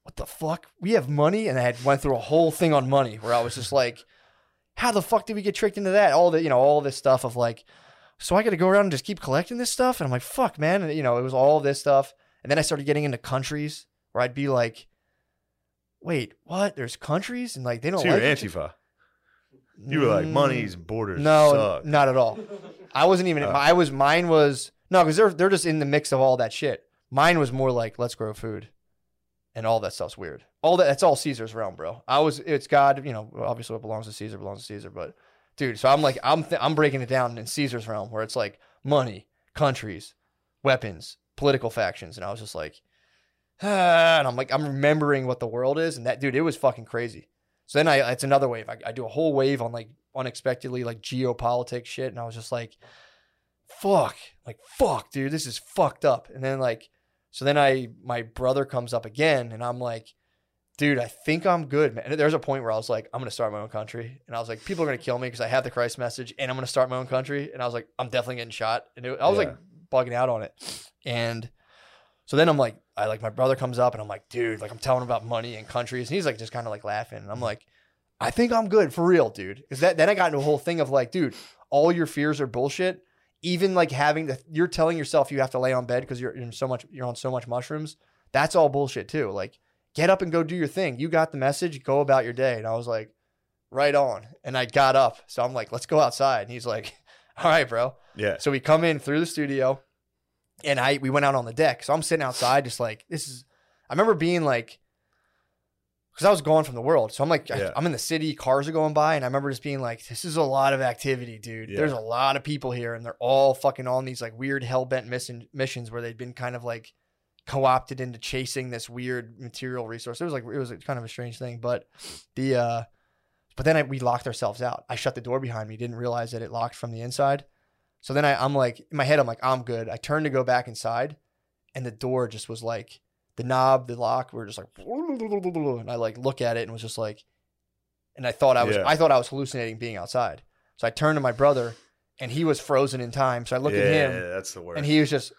S1: what the fuck? We have money? And I had went through a whole thing on money where I was just like, how the fuck did we get tricked into that? All the you know, all this stuff of like, so I got to go around and just keep collecting this stuff, and I'm like, fuck, man, and, you know, it was all this stuff, and then I started getting into countries where I'd be like, wait, what? There's countries, and like they don't
S2: So you were
S1: like each-
S2: Antifa. You were like,
S1: Mm,
S2: money's borders
S1: No,
S2: suck.
S1: not at all. I wasn't even.
S2: Oh.
S1: I was. Mine was no, because they're they're just in the mix of all that shit. Mine was more like, let's grow food, and all that stuff's weird. All that that's all Caesar's realm, bro. I was. It's God. You know, obviously what belongs to Caesar belongs to Caesar, but dude. So I'm like, I'm th- I'm breaking it down in Caesar's realm where it's like money, countries, weapons, political factions, and I was just like, ah, and I'm like, I'm remembering what the world is, and that dude, it was fucking crazy. So then I, it's another wave. I, I do a whole wave on like unexpectedly like geopolitics shit, and I was just like, fuck, like fuck, dude, this is fucked up. And then like, so then I my brother comes up again, and I'm like. Dude, I think I'm good, man. And There's a point where I was like, I'm gonna start my own country, and I was like, people are gonna kill me because I have the Christ message, and I'm gonna start my own country, and I was like, I'm definitely getting shot, and it, I was
S2: Yeah.
S1: like bugging out on it, and so then I'm like, I like my brother comes up and I'm like, dude, like I'm telling him about money and countries, and he's like just kind of like laughing, and I'm like, I think I'm good for real, dude. Because that then I got into a whole thing of like, dude, all your fears are bullshit. Even like having the you're telling yourself you have to lay on bed because you're in so much you're on so much mushrooms. That's all bullshit too. Like, get up and go do your thing. You got the message. Go about your day. And I was like, right on. And I got up, so I'm like, let's go outside. And he's like, all right, bro.
S2: Yeah.
S1: So we come in through the studio, and I we went out on the deck. So I'm sitting outside, just like this is. I remember being like, because I was gone from the world, so I'm like, I-
S2: Yeah.
S1: I'm in the city, cars are going by, and I remember just being like, this is a lot of activity, dude.
S2: Yeah.
S1: There's a lot of people here, and they're all fucking on these like weird hell bent mission, missions where they'd been kind of like co-opted into chasing this weird material resource. It was like it was kind of a strange thing, but the uh but then I, we locked ourselves out. I shut the door behind me, didn't realize that it locked from the inside. So then I, I'm like in my head, I'm like I'm good. I turned to go back inside, and the door just was like the knob, the lock were just like, and I like look at it and was just like, and I thought I was
S2: Yeah.
S1: I thought I was hallucinating being outside. So I turned to my brother, and he was frozen in time. So I looked
S2: yeah,
S1: at him,
S2: That's the word.
S1: and he was just,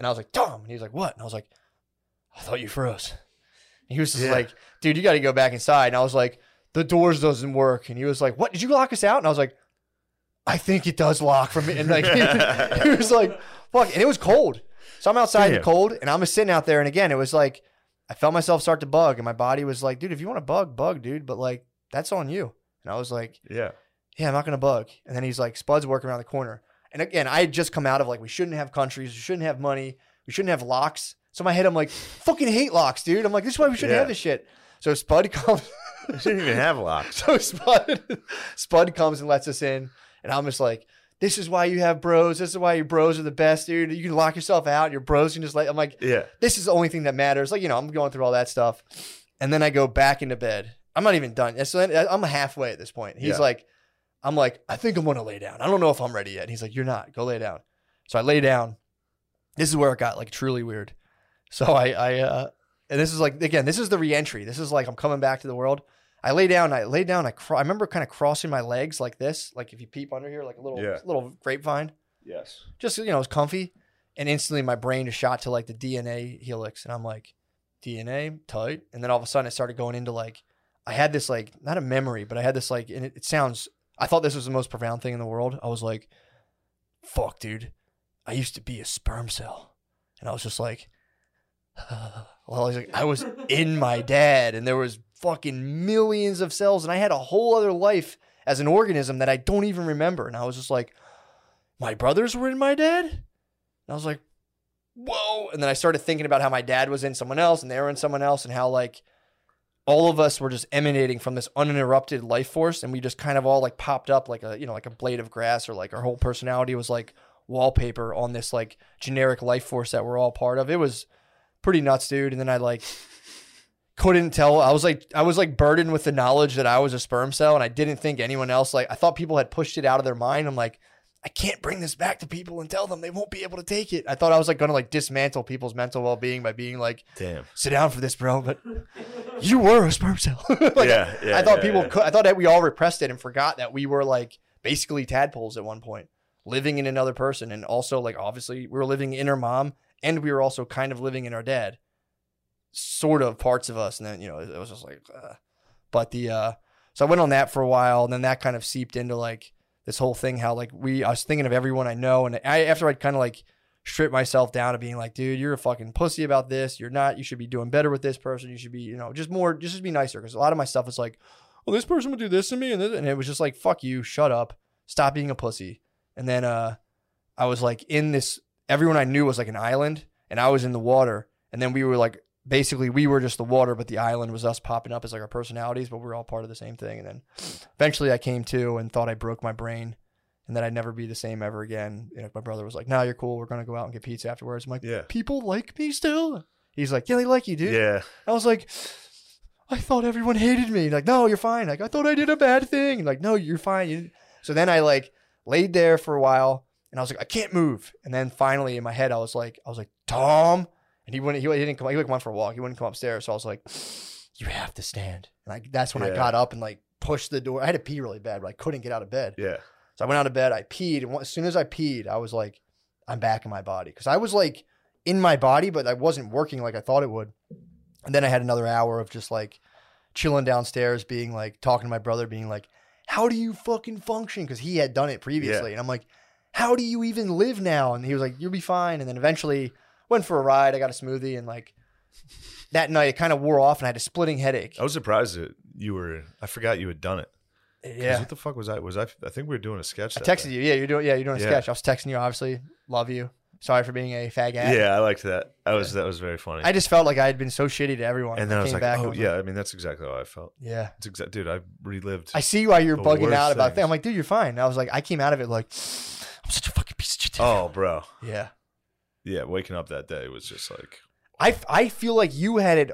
S1: and I was like, Tom. And he was like, what? And I was like, I thought you froze. And he was just
S2: Yeah.
S1: like, dude, you got to go back inside. And I was like, the doors doesn't work. And he was like, what? Did you lock us out? And I was like, I think it does lock from me. And like, he was like, fuck. And it was cold. So I'm outside
S2: Damn.
S1: cold and I'm just sitting out there. And again, it was like, I felt myself start to bug. And my body was like, dude, if you want to bug, bug, dude. But like, that's on you. And I was like,
S2: yeah.
S1: yeah, I'm not gonna bug. And then he's like, Spud's working around the corner. And again, I had just come out of like, we shouldn't have countries, we shouldn't have money, we shouldn't have locks. So in my head, I'm like, fucking hate locks, dude. I'm like, this is why we shouldn't
S2: Yeah.
S1: have this shit. So Spud comes,
S2: They didn't even have locks.
S1: so Spud, Spud comes and lets us in, and I'm just like, this is why you have bros. This is why your bros are the best, dude. You can lock yourself out. Your bros can just like, I'm like,
S2: Yeah.
S1: this is the only thing that matters. Like, you know, I'm going through all that stuff. And then I go back into bed. I'm not even done. So then- I'm halfway at this point. He's
S2: Yeah.
S1: like, I'm like, I think I'm going to lay down. I don't know if I'm ready yet. And he's like, You're not. Go lay down. So I lay down. This is where it got like truly weird. So I, I, uh, and this is like, again, this is the reentry. This is like, I'm coming back to the world. I lay down, I lay down, I, cro- I remember kind of crossing my legs like this, like if you peep under here, like a little,
S2: Yeah.
S1: little grapevine
S2: Yes.
S1: just you know, it was comfy. And instantly my brain is shot to like the DNA helix. And I'm like, DNA, tight. And then all of a sudden I started going into like I had this like not a memory, but I had this like and it, it sounds I thought this was the most profound thing in the world. I was like, fuck, dude. I used to be a sperm cell. And I was just like well, I was like, I was in my dad, and there was fucking millions of cells, and I had a whole other life as an organism that I don't even remember. And I was just like, my brothers were in my dad? And I was like, whoa. And then I started thinking about how my dad was in someone else and they were in someone else and how like all of us were just emanating from this uninterrupted life force and we just kind of all like popped up like a you know like a blade of grass or like our whole personality was like wallpaper on this like generic life force that we're all part of. It was pretty nuts, dude. And then I like couldn't tell. I was like I was like burdened with the knowledge that I was a sperm cell and I didn't think anyone else like I thought people had pushed it out of their mind. I'm like I can't bring this back to people and tell them they won't be able to take it. I thought I was like going to like dismantle people's mental well-being by being like
S2: Damn.
S1: sit down for this, bro, but you were a sperm cell. like
S2: yeah, yeah.
S1: I thought
S2: yeah,
S1: people
S2: yeah.
S1: could, I thought that we all repressed it and forgot that we were like basically tadpoles at one point, living in another person. And also, like, obviously, we were living in our mom and we were also kind of living in our dad, sort of parts of us. And then, you know, it, it was just like, uh. but the, uh, so I went on that for a while and then that kind of seeped into like this whole thing how like we, I was thinking of everyone I know. And I, after I'd kind of like, strip myself down to being like, dude, you're a fucking pussy about this. You're not. You should be doing better with this person. You should be, you know, just more, just, just be nicer. Because a lot of my stuff is like, well, this person would do this to me, and this, and it was just like, fuck you, shut up, stop being a pussy. And then uh, I was like in this. Everyone I knew was like an island, and I was in the water. And then we were like, basically, we were just the water, but the island was us popping up as like our personalities, but we were all part of the same thing. And then eventually, I came to and thought I broke my brain and that I'd never be the same ever again. You know, my brother was like, "No, you're cool. We're gonna go out and get pizza afterwards." I'm like,
S2: Yeah.
S1: "People like me still." He's like, "Yeah, they like you, dude."
S2: Yeah.
S1: I was like, I thought everyone hated me. Like, no, you're fine. Like, I thought I did a bad thing. Like, no, you're fine. You didn't." So then I like laid there for a while and I was like, I can't move. And then finally in my head, I was like, I was like, Tom. And he wouldn't, he, he didn't come, he would come on for a walk. He wouldn't come upstairs. So I was like, you have to stand. And I, that's when I
S2: Yeah.
S1: got up and like pushed the door. I had to pee really bad, but I couldn't get out of bed.
S2: Yeah.
S1: So I went out of bed. I peed, and as soon as I peed, I was like, "I'm back in my body," because I was like in my body, but I wasn't working like I thought it would. And then I had another hour of just like chilling downstairs, being like talking to my brother, being like, "How do you fucking function?" Because he had done it previously, and I'm like, "How do you even live now?" And he was like, "You'll be fine." And then eventually went for a ride. I got a smoothie, and like that night it kind of wore off, and I had a splitting headache.
S2: I was surprised that you were. I forgot you had done it. 'Cause
S1: yeah,
S2: What the fuck was I? Was I? I think we were doing a sketch.
S1: I texted you. Yeah, you're doing. Yeah, you're doing a
S2: Yeah.
S1: sketch. I was texting you. Obviously, love you. Sorry for being a fag ass.
S2: Yeah, I liked that. That was that was very funny.
S1: I just felt like I had been so shitty to everyone.
S2: and then I was
S1: came
S2: like,
S1: back,
S2: oh
S1: was
S2: yeah. I mean, that's exactly how I felt.
S1: yeah.
S2: It's exact, dude. I relived.
S1: I see why you're
S2: The
S1: bugging
S2: worst
S1: out about
S2: things.
S1: that. I'm like, dude, you're fine. And I was like, I came out of it like, I'm such a fucking piece of shit.
S2: oh, bro.
S1: Yeah.
S2: Yeah, waking up that day was just like.
S1: I, f- I feel like you had it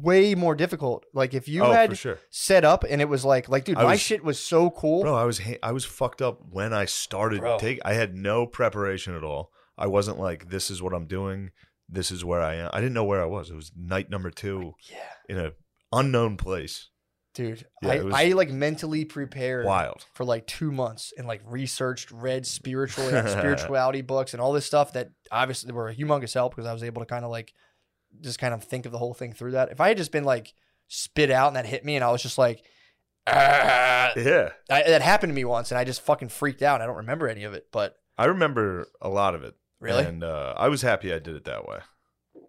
S1: way more difficult. Like if you
S2: oh, for
S1: had
S2: sure,
S1: set up and it was like, like, dude,
S2: I
S1: my
S2: was-
S1: shit was so cool.
S2: bro. I was ha- I was fucked up when I started
S1: Bro.
S2: take. I had no preparation at all. I wasn't like, this is what I'm doing. This is where I am. I didn't know where I was. It was night number two
S1: yeah,
S2: in a unknown place.
S1: dude.
S2: Yeah,
S1: I,
S2: it was-
S1: I like mentally prepared.
S2: Wild.
S1: for like two months and like researched, read spiritual spirituality books and all this stuff that obviously were a humongous help because I was able to kind of like just kind of think of the whole thing through that. If I had just been like spit out and that hit me and I was just like, "Ah,"
S2: Yeah.
S1: I, that happened to me once and I just fucking freaked out. I don't remember any of it, but
S2: I remember a lot of it.
S1: really,
S2: And uh, I was happy I did it that way. I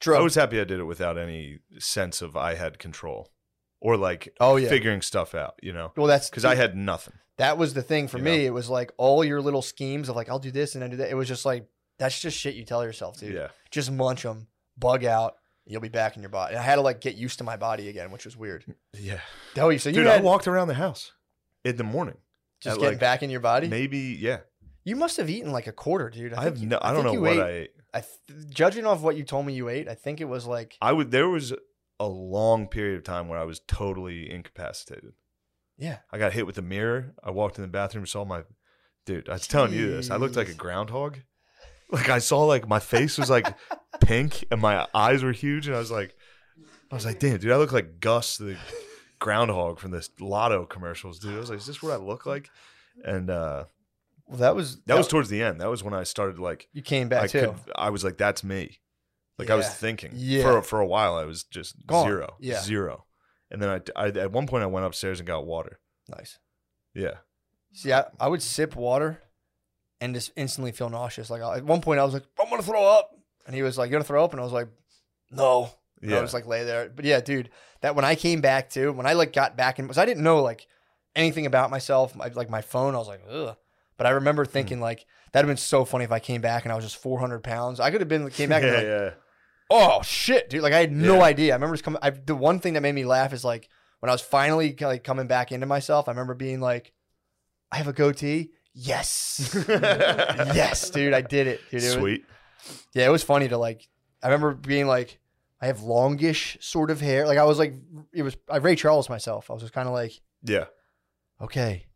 S1: Drove-
S2: was happy I did it without any sense of I had control or like
S1: oh yeah.
S2: figuring stuff out, you know,
S1: well, that's
S2: because I had nothing.
S1: that was the thing for
S2: You
S1: me. It was like all your little schemes of like I'll do this and I do that. It was just like that's just shit you tell yourself, dude.
S2: Yeah.
S1: just munch them, bug out. You'll be back in your body. And I had to like get used to my body again, which was weird.
S2: Yeah.
S1: Oh, you so you
S2: Dude, I
S1: had
S2: walked around the house in the morning.
S1: just
S2: at,
S1: getting
S2: like,
S1: back in your body.
S2: Maybe, yeah.
S1: you must have eaten like a quarter, dude.
S2: I,
S1: think
S2: have
S1: you-
S2: no, I don't know
S1: think you
S2: what
S1: ate-
S2: I ate.
S1: I th- judging off what you told me you ate, I think it was like
S2: I would, there was a long period of time where I was totally incapacitated.
S1: yeah.
S2: I got hit with a mirror. I walked in the bathroom, saw my, dude, I was telling you this. I looked like a
S1: Jeez.
S2: groundhog. Like I saw like my face was like pink and my eyes were huge and I was like, I was like, damn, dude, I look like Gus the groundhog from this lotto commercials, dude. I was like, is this what I look like? And uh,
S1: Well, that was
S2: that was towards the end. That was when I started like
S1: you came back
S2: I
S1: too.
S2: could, I was like, that's me. Like I was
S1: Yeah.
S2: thinking
S1: Yeah.
S2: for for a while, I was just
S1: Gone.
S2: zero,
S1: Yeah.
S2: zero. And then I, I at one point I went upstairs and got water.
S1: Nice.
S2: Yeah,
S1: See, I, I would sip water and just instantly feel nauseous. Like I, at one point, I was like, I'm gonna throw up, and he was like, You gonna throw up? And I was like, No. And
S2: yeah.
S1: I was like lay there. But yeah, dude, that when I came back too, when I like got back and because I didn't know like anything about myself, my, like my phone, I was like, ugh. But I remember
S2: Hmm.
S1: thinking like that'd have been so funny if I came back and I was just 400 pounds. I could have been came back and
S2: yeah,
S1: been like,
S2: yeah.
S1: oh shit, dude. Like I had no
S2: Yeah.
S1: idea. I remember just coming. I, the one thing that made me laugh is like when I was finally like coming back into myself. I remember being like, I have a goatee. Yes, yes, dude. I did it, dude. It was-
S2: Sweet.
S1: yeah, it was funny to like. I remember being like, I have longish sort of hair. Like I was like, it was I Ray Charles myself. I was just kind of like,
S2: Yeah.
S1: okay,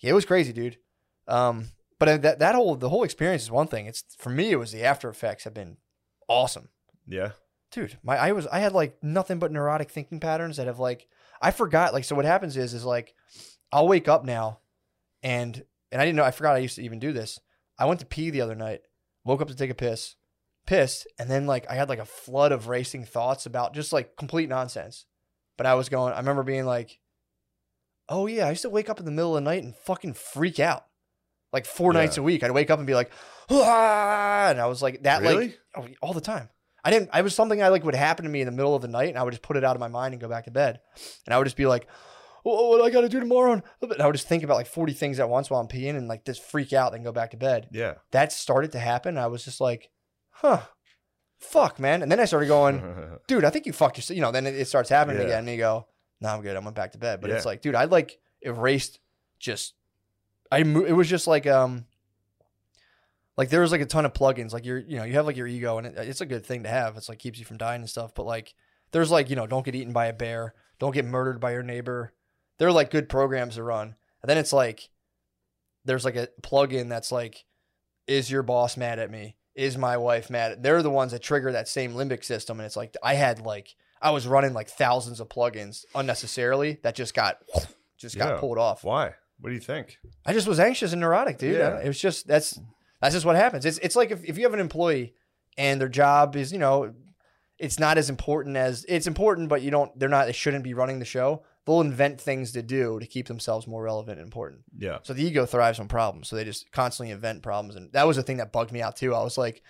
S1: yeah, it was crazy, dude. Um, but that that whole the whole experience is one thing. It's for me, it was the after effects have been awesome,
S2: Yeah.
S1: dude. My I was I had like nothing but neurotic thinking patterns that have like I forgot like so what happens is is like I'll wake up now, and and I didn't know I forgot I used to even do this. I went to pee the other night, woke up to take a piss, pissed, and then like I had like a flood of racing thoughts about just like complete nonsense. But I was going, I remember being like, oh yeah, I used to wake up in the middle of the night and fucking freak out. Like four
S2: Yeah.
S1: nights a week, I'd wake up and be like, "Ah," and I was like that like
S2: Really?
S1: oh, all the time. I didn't. I was something I like would happen to me in the middle of the night, and I would just put it out of my mind and go back to bed. And I would just be like, "Oh, what do I got to do tomorrow?" And I would just think about like forty things at once while I'm peeing, and like just freak out, then go back to bed
S2: Yeah.
S1: that started to happen, I was just like, huh, fuck, man. And then I started going, dude, I think you fucked yourself. You know, then it, it starts happening
S2: Yeah.
S1: again. And you go, no, I'm good. I went back to bed. But it's
S2: Yeah.
S1: like, dude, I like erased just, I, mo- it was just like, um, like there was like a ton of plugins. Like you're, you know, you have like your ego and it, it's a good thing to have. It's like keeps you from dying and stuff. But like, there's like, you know, don't get eaten by a bear. Don't get murdered by your neighbor. They're like good programs to run. And then it's like there's like a plug-in that's like, is your boss mad at me? Is my wife mad? At-? They're the ones that trigger that same limbic system. And it's like I had like I was running like thousands of plugins unnecessarily that just got just got
S2: Yeah.
S1: pulled off.
S2: Why? What do you think?
S1: I just was anxious and neurotic, dude.
S2: Yeah.
S1: It was just that's that's just what happens. It's it's like if, if you have an employee and their job is, you know, it's not as important as it's important, but you don't they're not they shouldn't be running the show. They'll invent things to do to keep themselves more relevant and important.
S2: Yeah.
S1: So the ego thrives on problems. So they just constantly invent problems. And that was the thing that bugged me out too. I was like,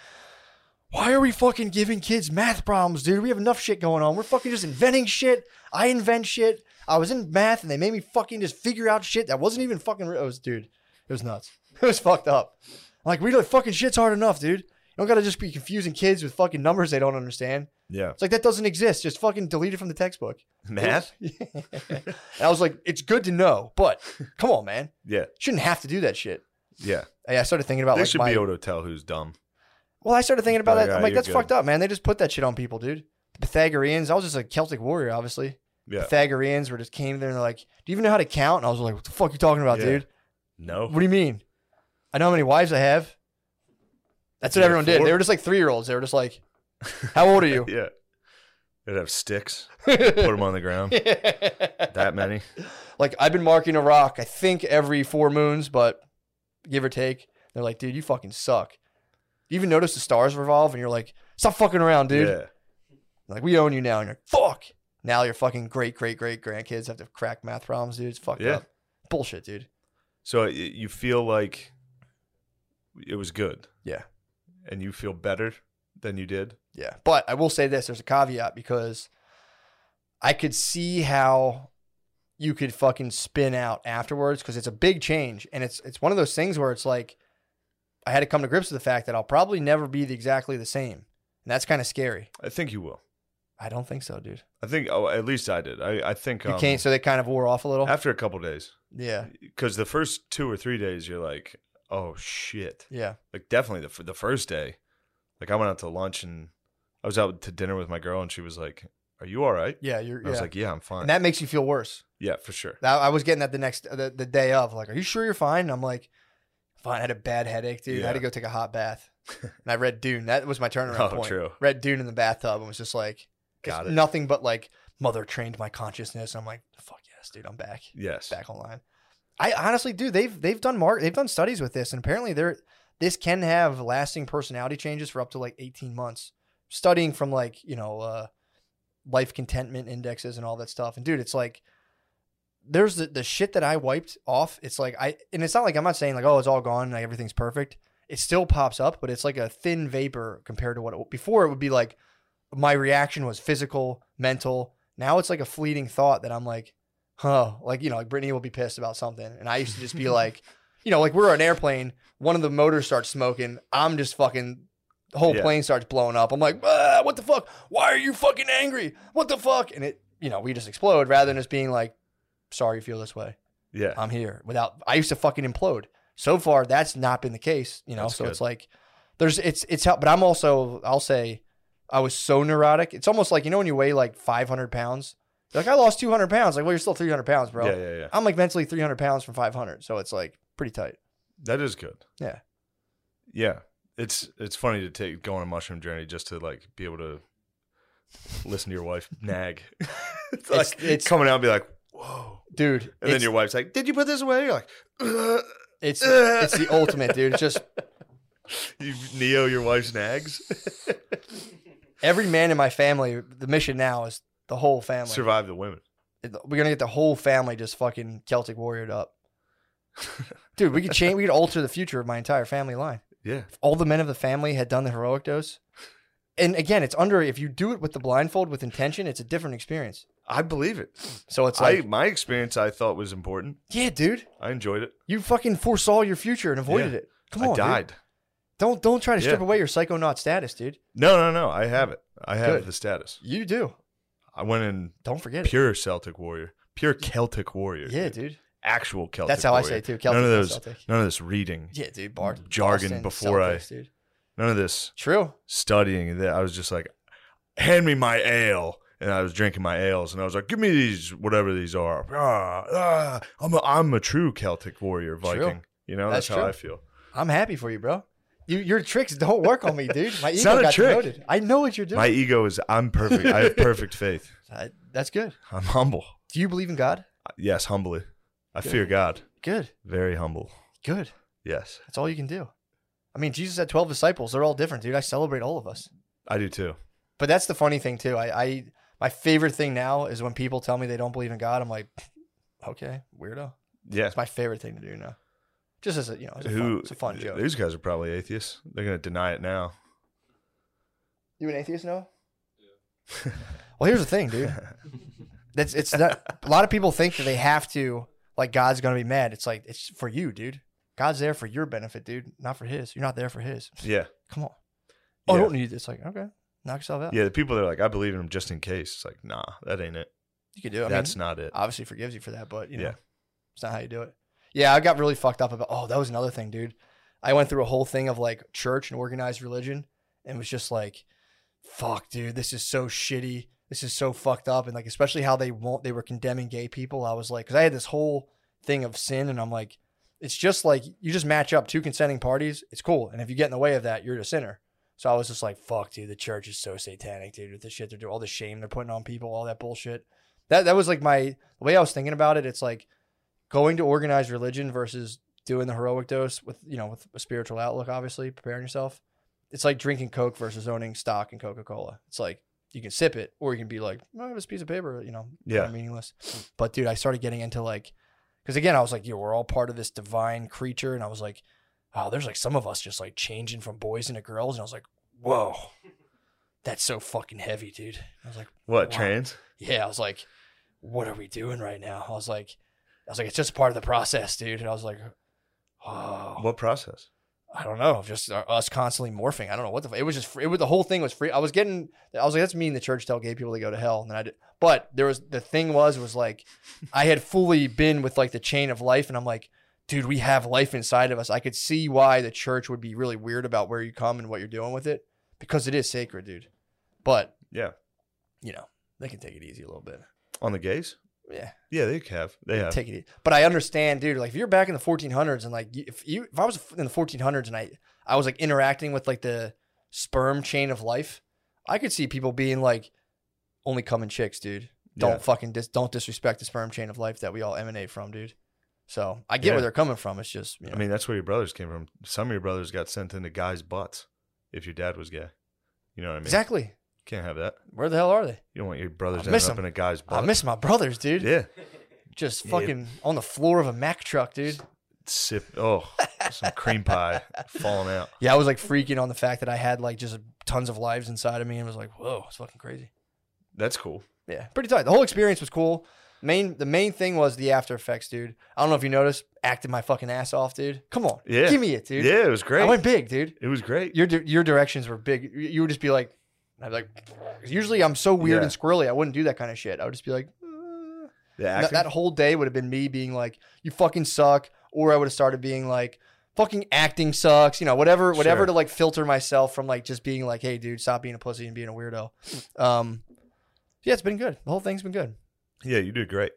S1: why are we fucking giving kids math problems, dude? We have enough shit going on. We're fucking just inventing shit. I invent shit. I was in math and they made me fucking just figure out shit that wasn't even fucking real. It was, dude, it was nuts. It was fucked up. Like, we don't fucking shit's hard enough, dude. You don't gotta just be confusing kids with fucking numbers they don't understand.
S2: Yeah.
S1: It's like, that doesn't exist. Just fucking delete it from the textbook.
S2: Math?
S1: and I was like, it's good to know, but come on, man.
S2: Yeah.
S1: Shouldn't have to do that shit.
S2: Yeah.
S1: Hey, I started thinking about
S2: they
S1: like
S2: should
S1: my.
S2: be able to tell who's dumb.
S1: well, I started thinking about
S2: Like,
S1: that.
S2: "Alright,
S1: I'm like,
S2: you're
S1: that's
S2: good."
S1: fucked up, man. They just put that shit on people, dude. The Pythagoreans. I was just a Celtic warrior, obviously.
S2: Yeah.
S1: Pythagoreans were just came there and they're like, "Do you even know how to count?" And I was like, "What the fuck you talking about,
S2: Yeah.
S1: dude? What
S2: No.
S1: do you mean? I know how many wives I have." That's what
S2: Yeah,
S1: everyone did.
S2: four.
S1: They were just like three year olds. They were just like, "How old are you?"
S2: Yeah. They'd have sticks, put them on the ground. That many.
S1: like I've been marking a rock, I think every four moons, but give or take. They're like, dude, you fucking suck. You even notice the stars revolve, and you're like, stop fucking around, dude.
S2: Yeah.
S1: Like we own you now, and you're like, fuck. Now your fucking great great great grandkids have to crack math problems, dude. It's fucked
S2: Yeah.
S1: up. Bullshit, dude.
S2: So it, you feel like it was good.
S1: Yeah.
S2: And you feel better than you did.
S1: Yeah. But I will say this there's a caveat because I could see how you could fucking spin out afterwards because it's a big change. And it's it's one of those things where it's like I had to come to grips with the fact that I'll probably never be the, exactly the same. And that's kind of scary.
S2: I think you will.
S1: I don't think so, dude.
S2: I think, oh, at least I did. I, I think
S1: You
S2: um,
S1: can't so they kind of wore off a little.
S2: after a couple days,
S1: yeah.
S2: because the first two or three days, you're like, oh, shit.
S1: Yeah.
S2: like definitely the f- the first day, like I went out to lunch and I was out to dinner with my girl and she was like, "Are you all right?"
S1: Yeah. You're
S2: And I was
S1: yeah.
S2: like, "Yeah, I'm fine."
S1: and that makes you feel worse.
S2: yeah, for sure.
S1: That, I was getting that the next the, the day of, like, are you sure you're fine? And I'm like, fine. I had a bad headache, dude. I had to
S2: Yeah.
S1: go take a hot bath, and I read Dune. That was my turnaround
S2: Oh,
S1: point.
S2: true.
S1: Read Dune in the bathtub and was just like, it's
S2: Got it.
S1: nothing but like mother trained my consciousness. I'm like, fuck yes, dude. I'm back,
S2: Yes.
S1: back online. I honestly, dude, they've they've done mark they've done studies with this, and apparently there this can have lasting personality changes for up to like 18 months. Studying from like you know uh, life contentment indexes and all that stuff, and dude, it's like there's the, the shit that I wiped off. It's like I and it's not like I'm not saying like oh it's all gone like everything's perfect. It still pops up, but it's like a thin vapor compared to what it, before it would be like. My reaction was physical, mental. Now it's like a fleeting thought that I'm like, huh, like you know, like Brittany will be pissed about something, and I used to just be like, you know, like we're on an airplane, one of the motors starts smoking, I'm just fucking. The whole
S2: Yeah.
S1: plane starts blowing up. I'm like, ah, what the fuck? Why are you fucking angry? What the fuck? And it, you know, we just explode rather than just being like, sorry you feel this way.
S2: Yeah.
S1: I'm here without I used to fucking implode. So far that's not been the case, you know.
S2: That's
S1: so
S2: good.
S1: it's like there's it's it's help but I'm also I'll say I was so neurotic. It's almost like you know when you weigh like 500 pounds. You're like I lost 200 pounds. Like well you're still 300 pounds, bro.
S2: Yeah, yeah, yeah.
S1: I'm like mentally 300 pounds from 500, so it's like pretty tight.
S2: That is good.
S1: Yeah.
S2: Yeah. It's it's funny to take go on a mushroom journey just to like be able to listen to your wife nag. it's like
S1: It's- it's-
S2: coming out and be like, "Whoa."
S1: Dude,
S2: And
S1: it's,
S2: then your wife's like, "Did you put this away?" You're like, "Ugh."
S1: it's it's the ultimate, dude. It's just
S2: "You neo your wife's nags."
S1: every man in my family, the mission now is the whole family.
S2: Survive the women.
S1: we're gonna get the whole family just fucking Celtic warriored up. Dude, we could change we could alter the future of my entire family line.
S2: Yeah.
S1: If all the men of the family had done the heroic dose. And again, it's under if you do it with the blindfold with intention, it's a different experience.
S2: I believe it.
S1: So it's
S2: I
S1: like
S2: my experience I thought was important.
S1: Yeah, dude.
S2: I enjoyed it.
S1: You fucking foresaw your future and avoided
S2: Yeah.
S1: it. Come
S2: I
S1: on. dude.
S2: died.
S1: Don't don't try to strip
S2: Yeah.
S1: away your psychonaut status, dude.
S2: No, no, no. I have it. I have
S1: Good.
S2: the status.
S1: You do.
S2: I went in
S1: Don't forget it.
S2: pure Celtic warrior, pure Celtic warrior.
S1: Yeah, dude.
S2: Actual Celtic.
S1: That's how I
S2: warrior.
S1: say it too.
S2: none
S1: Celtic,
S2: of
S1: not
S2: those.
S1: Celtic.
S2: None of this reading.
S1: Yeah, dude. Bar- Boston
S2: Jargon before I-
S1: Celtics, dude.
S2: None of this
S1: True.
S2: studying. That I was just like, hand me my ale, and I was drinking my ales, and I was like, "Give me these, whatever these are." Ah, ah. I'm a, I'm a true Celtic warrior
S1: True.
S2: Viking. You know,
S1: That's
S2: that's, how
S1: true.
S2: I feel.
S1: I'm happy for you, bro. You, your tricks don't work on me, dude. My
S2: It's
S1: ego
S2: not a
S1: got
S2: trick.
S1: demoted. I know what you're doing.
S2: My ego is I'm perfect. I have perfect faith.
S1: I- that's good.
S2: I'm humble.
S1: Do you believe in God?
S2: Yes, humbly. I fear God.
S1: Good,
S2: Very humble.
S1: good.
S2: Yes,
S1: That's all you can do. I mean, Jesus had 12 disciples. They're all different, dude. I celebrate all of us.
S2: I do too.
S1: But that's the funny thing too. I, I my favorite thing now is when people tell me they don't believe in God. I'm like, okay, weirdo.
S2: Yeah.
S1: That's my favorite thing to do now. Just as a you know, it's a, fun,
S2: Who?
S1: it's a fun joke.
S2: These guys are probably atheists. They're gonna deny it now.
S1: You an atheist now? well, here's the thing, dude. That's it's not, a lot of people think that they have to like God's gonna be mad. It's like it's for you, dude. God's there for your benefit, dude, not for his. You're not there for his.
S2: Yeah.
S1: Come on. Oh, I
S2: Yeah.
S1: don't need this. Like, okay, knock yourself out.
S2: Yeah. The people that are like, I believe in them just in case. It's like, nah, that ain't it.
S1: You can do it. I mean,
S2: That's not it.
S1: obviously forgives you for that, but you know,
S2: Yeah.
S1: it's not how you do it. Yeah, I got really fucked up about. Oh, that was another thing, dude. I went through a whole thing of like church and organized religion, and was just like, "Fuck, dude, this is so shitty. This is so fucked up." And like, especially how they won't, they were condemning gay people. I was like, because I had this whole thing of sin, and I'm like, it's just like you just match up two consenting parties. It's cool, and if you get in the way of that, you're a sinner. So I was just like, "Fuck, dude, the church is so satanic, dude. With the shit they're doing, all the shame they're putting on people, all that bullshit." That that was like my the way I was thinking about it. It's like going to organized religion versus doing the heroic dose with you know with a spiritual outlook. Obviously, preparing yourself. It's like drinking Coke versus owning stock in Coca Cola. It's like you can sip it, or you can be like, "Oh, I have this piece of paper, you know,
S2: Yeah.
S1: kinda meaningless. But dude, I started getting into like, because again, I was like, yo, we're all part of this divine creature, and I was like, oh, there's like some of us just like changing from boys into girls, and I was like, whoa, that's so fucking heavy, dude. I was like
S2: What
S1: Wow.
S2: trans?
S1: yeah, I was like, what are we doing right now? I was like, I was like, it's just part of the process, dude. And I was like, oh,
S2: What process?
S1: I don't know, just uh, us constantly morphing. I don't know what the. fu- It was just. Free. It was the whole thing was free. I was getting. I was like, that's mean. The church tell gay people to go to hell, and then I did. But there was the thing was was like, I had fully been with like the chain of life, and I'm like, dude, we have life inside of us. I could see why the church would be really weird about where you come and what you're doing with it because it is sacred, dude. But
S2: Yeah.
S1: you know, they can take it easy a little bit.
S2: On the gays?
S1: Yeah,
S2: Yeah, they have. They have.
S1: take it. easy. But I understand, dude. Like if you're back in the 1400s and like you- if you if I was in the 1400s and I I was like interacting with like the sperm chain of life, I could see people being like, only coming chicks, dude. Don't
S2: Yeah.
S1: fucking dis- don't disrespect the sperm chain of life that we all emanate from, dude. So I get
S2: Yeah.
S1: where they're coming from. It's just you know,
S2: I mean, that's where your brothers came from. Some of your brothers got sent into guys' butts if your dad was gay. You know what I mean?
S1: exactly
S2: Can't have that.
S1: where the hell are they?
S2: You don't want your brothers
S1: I miss
S2: ending up
S1: 'em.
S2: in a guy's
S1: I
S2: butt.
S1: miss my brothers, dude.
S2: Yeah.
S1: Just
S2: Yeah.
S1: fucking on the floor of a Mack truck, dude.
S2: Sip. Oh, some cream pie falling out.
S1: Yeah, I was like freaking on the fact that I had like just tons of lives inside of me, and was like, whoa, it's fucking crazy.
S2: That's cool.
S1: Yeah, pretty tight. The whole experience was cool. Main the main thing was the after effects, dude. I don't know if you noticed, acted my fucking ass off, dude. Come on,
S2: Yeah.
S1: give me it, dude.
S2: Yeah, it was great.
S1: I went big, dude.
S2: it was great.
S1: Your di- your directions were big. You- You would just be like, I'd be like, usually I'm so weird
S2: Yeah.
S1: and squirrely, I wouldn't do that kind of shit. I would just be like, "Uh."
S2: The
S1: And that,
S2: acting.
S1: that whole day would have been me being like, you fucking suck, or I would have started being like, fucking acting sucks, you know, whatever, whatever
S2: Sure.
S1: to like filter myself from like just being like, hey, dude, stop being a pussy and being a weirdo. Um, yeah, it's been good. The whole thing's been good.
S2: yeah, you did great.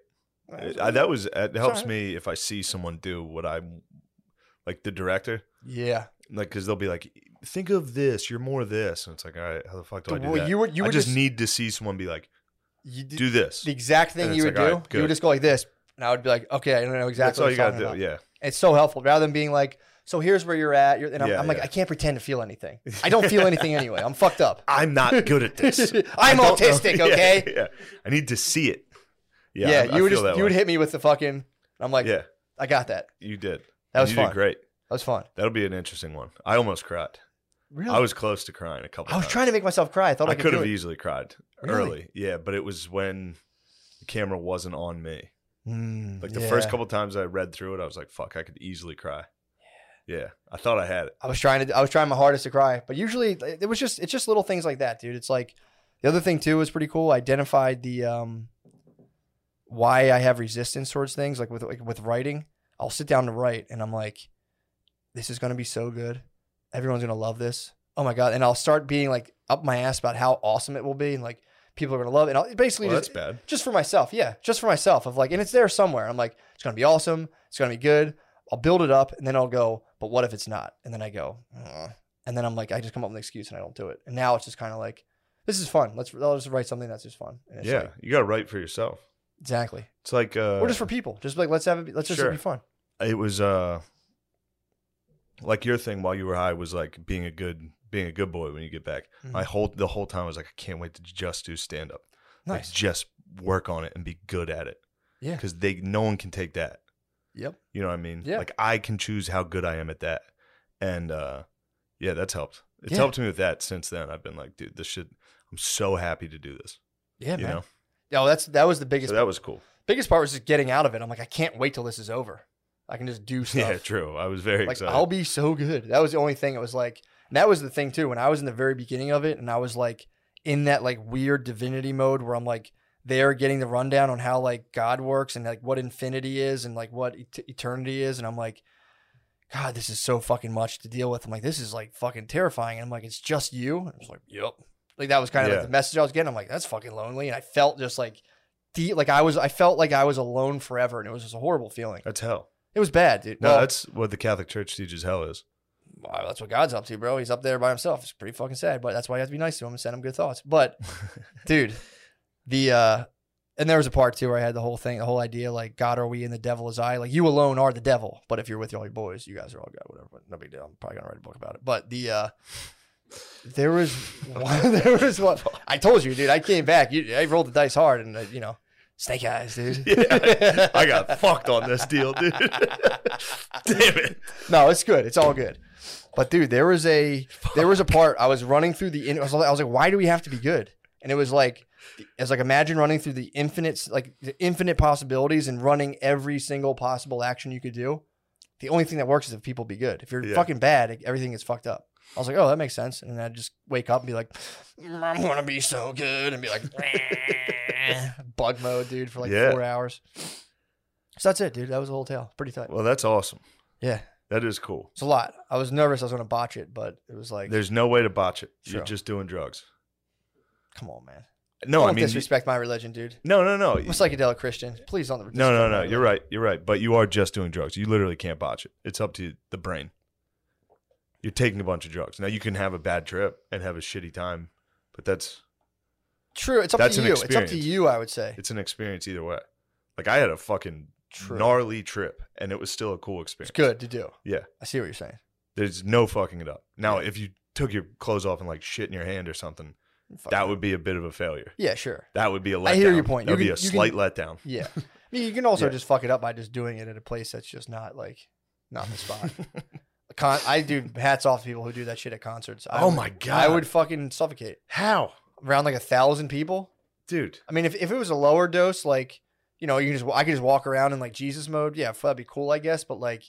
S1: That's
S2: I, that was it helps
S1: alright.
S2: me if I see someone do what I like the director.
S1: Yeah.
S2: Like, because they'll be like, "Think of this. You're more this," and it's like, "All right, how the fuck do I do
S1: Well,
S2: that?"
S1: you would you
S2: I
S1: would
S2: just,
S1: just, need
S2: need to see someone be like,
S1: you did,
S2: "Do this."
S1: the exact thing
S2: and
S1: you
S2: it's
S1: would
S2: like, all
S1: do.
S2: right,
S1: you
S2: good.
S1: would just go like this, and I would be like, okay, I know exactly.
S2: That's all you
S1: got
S2: gotta
S1: to
S2: do. Yeah,
S1: It's so helpful rather than being like, so here's where you're at. You're, and I'm,
S2: Yeah,
S1: I'm like,
S2: yeah.
S1: I can't pretend to feel anything. I don't feel anything anyway. I'm fucked up.
S2: I'm not good at this. I
S1: I'm
S2: don't know."
S1: autistic,
S2: Yeah,
S1: okay?
S2: Yeah, I need to see it. Yeah,
S1: Yeah,
S2: I- I
S1: you would
S2: feel
S1: just
S2: that
S1: you would
S2: way.
S1: hit me with the fucking. I'm like,
S2: Yeah,
S1: I got that.
S2: you did.
S1: That was
S2: you
S1: fun.
S2: Did great.
S1: That was fun.
S2: That'll be an interesting one. I almost cried.
S1: Really,
S2: I was close to crying a couple.
S1: I was
S2: times.
S1: trying to make myself cry. I thought I,
S2: I
S1: could,
S2: could
S1: do
S2: have
S1: it.
S2: easily cried
S1: Really?
S2: early. Yeah, but it was when the camera wasn't on me.
S1: Mm,
S2: Like the
S1: yeah.
S2: first couple times I read through it, I was like, "Fuck, I could easily cry." Yeah, I thought I had it.
S1: I was trying to I was trying my hardest to cry, but usually it it was just it's just little things like that, dude. It's like the other thing too was pretty cool. I identified the um why I have resistance towards things like with like with writing. I'll sit down to write and I'm like this is going to be so good. Everyone's going to love this. Oh my god, and I'll start being like up my ass about how awesome it will be and like People are gonna love it. And I'll, basically,
S2: Well, that's
S1: just,
S2: bad.
S1: just for myself. Yeah, just for myself. Of like, and it's there somewhere. I'm like, it's gonna be awesome. It's gonna be good. I'll build it up, and then I'll go. But what if it's not? And then I go, "Ugh." and then I'm like, I just come up with an excuse, and I don't do it. And now it's just kind of like, this is fun. Let's I'll just write something that's just fun. And it's
S2: Yeah,
S1: like-
S2: you got to write for yourself.
S1: exactly.
S2: It's like uh,
S1: or just for people. Just like let's have it. be- Let's just
S2: Sure.
S1: be fun.
S2: it was uh, like your thing while you were high was like being a good being a good boy when you get back.
S1: Mhm.
S2: My whole the whole time I was like, I can't wait to just do stand up. Like,
S1: Nice.
S2: just work on it and be good at it.
S1: Yeah.
S2: Because they no one can take that.
S1: Yep.
S2: You know what I mean?
S1: Yeah.
S2: Like I can choose how good I am at that. And uh yeah, that's helped. It's
S1: Yeah.
S2: helped me with that since then. I've been like, dude, this shit I'm so happy to do this.
S1: Yeah,
S2: you
S1: man.
S2: know?
S1: No, that's that was the
S2: So
S1: biggest.
S2: that was cool.
S1: biggest part was just getting out of it. I'm like, I can't wait till this is over. I can just do stuff.
S2: Yeah, true. I was very
S1: like
S2: excited.
S1: I'll be so good. That was the only thing. It was like, and that was the thing too. When I was in the very beginning of it, and I was like in that like weird divinity mode where I'm like there getting the rundown on how like God works and like what infinity is and like what et- eternity is, and I'm like, God, this is so fucking much to deal with. I'm like, this is like fucking terrifying. And I'm like, it's just you. And I was like, yep. Like that was kind of
S2: Yeah.
S1: like the message I was getting. I'm like, that's fucking lonely, and I felt just like deep. Like I was, I felt like I was alone forever, and it was just a horrible feeling.
S2: that's hell.
S1: It was bad, dude.
S2: No,
S1: Well-
S2: that's what the Catholic Church teaches hell is.
S1: Wow, that's what God's up to, bro. He's up there by himself. It's pretty fucking sad, but that's why you have to be nice to him and send him good thoughts. But, dude, the uh and there was a part too where I had the whole thing, the whole idea like God are we and the devil is I. Like you alone are the devil, but if you're with all your boys, you guys are all God, whatever. But no big deal. I'm probably gonna write a book about it. But the uh there was one, there was one. I told you, dude. I came back. You, I rolled the dice hard, and uh, you know, snake eyes, dude.
S2: Yeah. I got fucked on this deal, dude. Damn it.
S1: No, it's good. It's all good. But dude, there was a there was a part I was running through the. In, I, was like, I was like, why do we have to be good? And it was like, I was like, imagine running through the infinite, like the infinite possibilities, and running every single possible action you could do. The only thing that works is if people be good. If you're
S2: Yeah.
S1: fucking bad, everything gets fucked up. I was like, oh, that makes sense. And then I'd just wake up and be like, I'm gonna be so good, and be like, bug mode, dude, for like
S2: Yeah.
S1: four hours. So that's it, dude. That was the whole tale. Pretty tight.
S2: Well, that's awesome.
S1: Yeah.
S2: That is cool.
S1: It's a lot. I was nervous I was going to botch it, but it was like,
S2: There's no way to botch it.
S1: Sure.
S2: You're just doing drugs.
S1: come on, man.
S2: No,
S1: don't
S2: I mean, you-
S1: disrespect my religion, dude.
S2: no, no, no.
S1: I'm a psychedelic Christian. Please don't.
S2: No, no,
S1: disrespect
S2: no.
S1: my religion.
S2: You're right. You're right. But you are just doing drugs. You literally can't botch it. It's up to the brain. You're taking a bunch of drugs. Now you can have a bad trip and have a shitty time, but that's
S1: True. It's up
S2: That's
S1: to
S2: an
S1: you. It's up to
S2: experience.
S1: you. I would say.
S2: it's an experience either way. Like I had a fucking
S1: True.
S2: gnarly trip and it was still a cool experience.
S1: It's good to do.
S2: Yeah.
S1: I see what you're saying.
S2: There's no fucking it up. Now if you took your clothes off and like shit in your hand or something,
S1: Fuck
S2: that
S1: it.
S2: would be a bit of a failure.
S1: Yeah, sure.
S2: That would be a letdown.
S1: I hear your point.
S2: That would
S1: You
S2: be a
S1: can- you
S2: slight
S1: can-
S2: letdown.
S1: Yeah. I mean, you can also
S2: Yeah.
S1: just fuck it up by just doing it at a place that's just not like not the spot. Con- I do hats off to people who do that shit at concerts. I
S2: Oh
S1: would-
S2: my
S1: I
S2: God.
S1: would fucking suffocate
S2: How?
S1: around like a thousand people.
S2: Dude.
S1: I mean, if, if it was a lower dose, like you know, you can just I could just walk around in like Jesus mode. Yeah, f- that'd be cool, I guess. But like,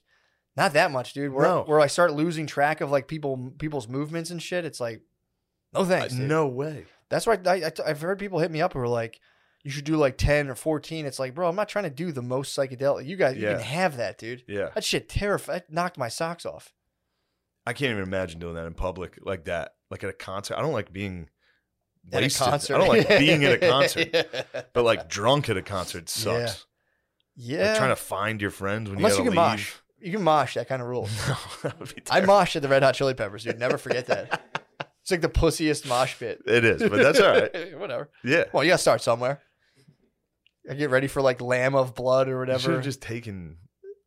S1: not that much, dude. Where
S2: No.
S1: where I start losing track of like people people's movements and shit. It's like, no thanks.
S2: Uh,
S1: dude.
S2: no way.
S1: that's why I, I I've heard people hit me up who are like, you should do like ten or fourteen. It's like, bro, I'm not trying to do the most psychedelic. You guys, you
S2: Yeah.
S1: can have that, dude.
S2: Yeah.
S1: That shit terrified. Knocked my socks off.
S2: I can't even imagine doing that in public like that, like at a concert. I don't like being
S1: At a
S2: wasted.
S1: concert.
S2: I don't like being at a concert,
S1: yeah.
S2: but like drunk at a concert sucks.
S1: yeah.
S2: Like trying to find your friends when
S1: Unless
S2: you
S1: you
S2: gotta
S1: can mosh.
S2: leave.
S1: You can mosh. That kind of rules.
S2: No, that would be
S1: I
S2: terrible.
S1: moshed at the Red Hot Chili Peppers, dude. Never forget that. It's like the pussiest mosh pit.
S2: It is, but that's all right.
S1: Whatever.
S2: Yeah.
S1: Well, you gotta start somewhere. I get ready for like Lamb of Blood or
S2: You should
S1: whatever.
S2: have just taken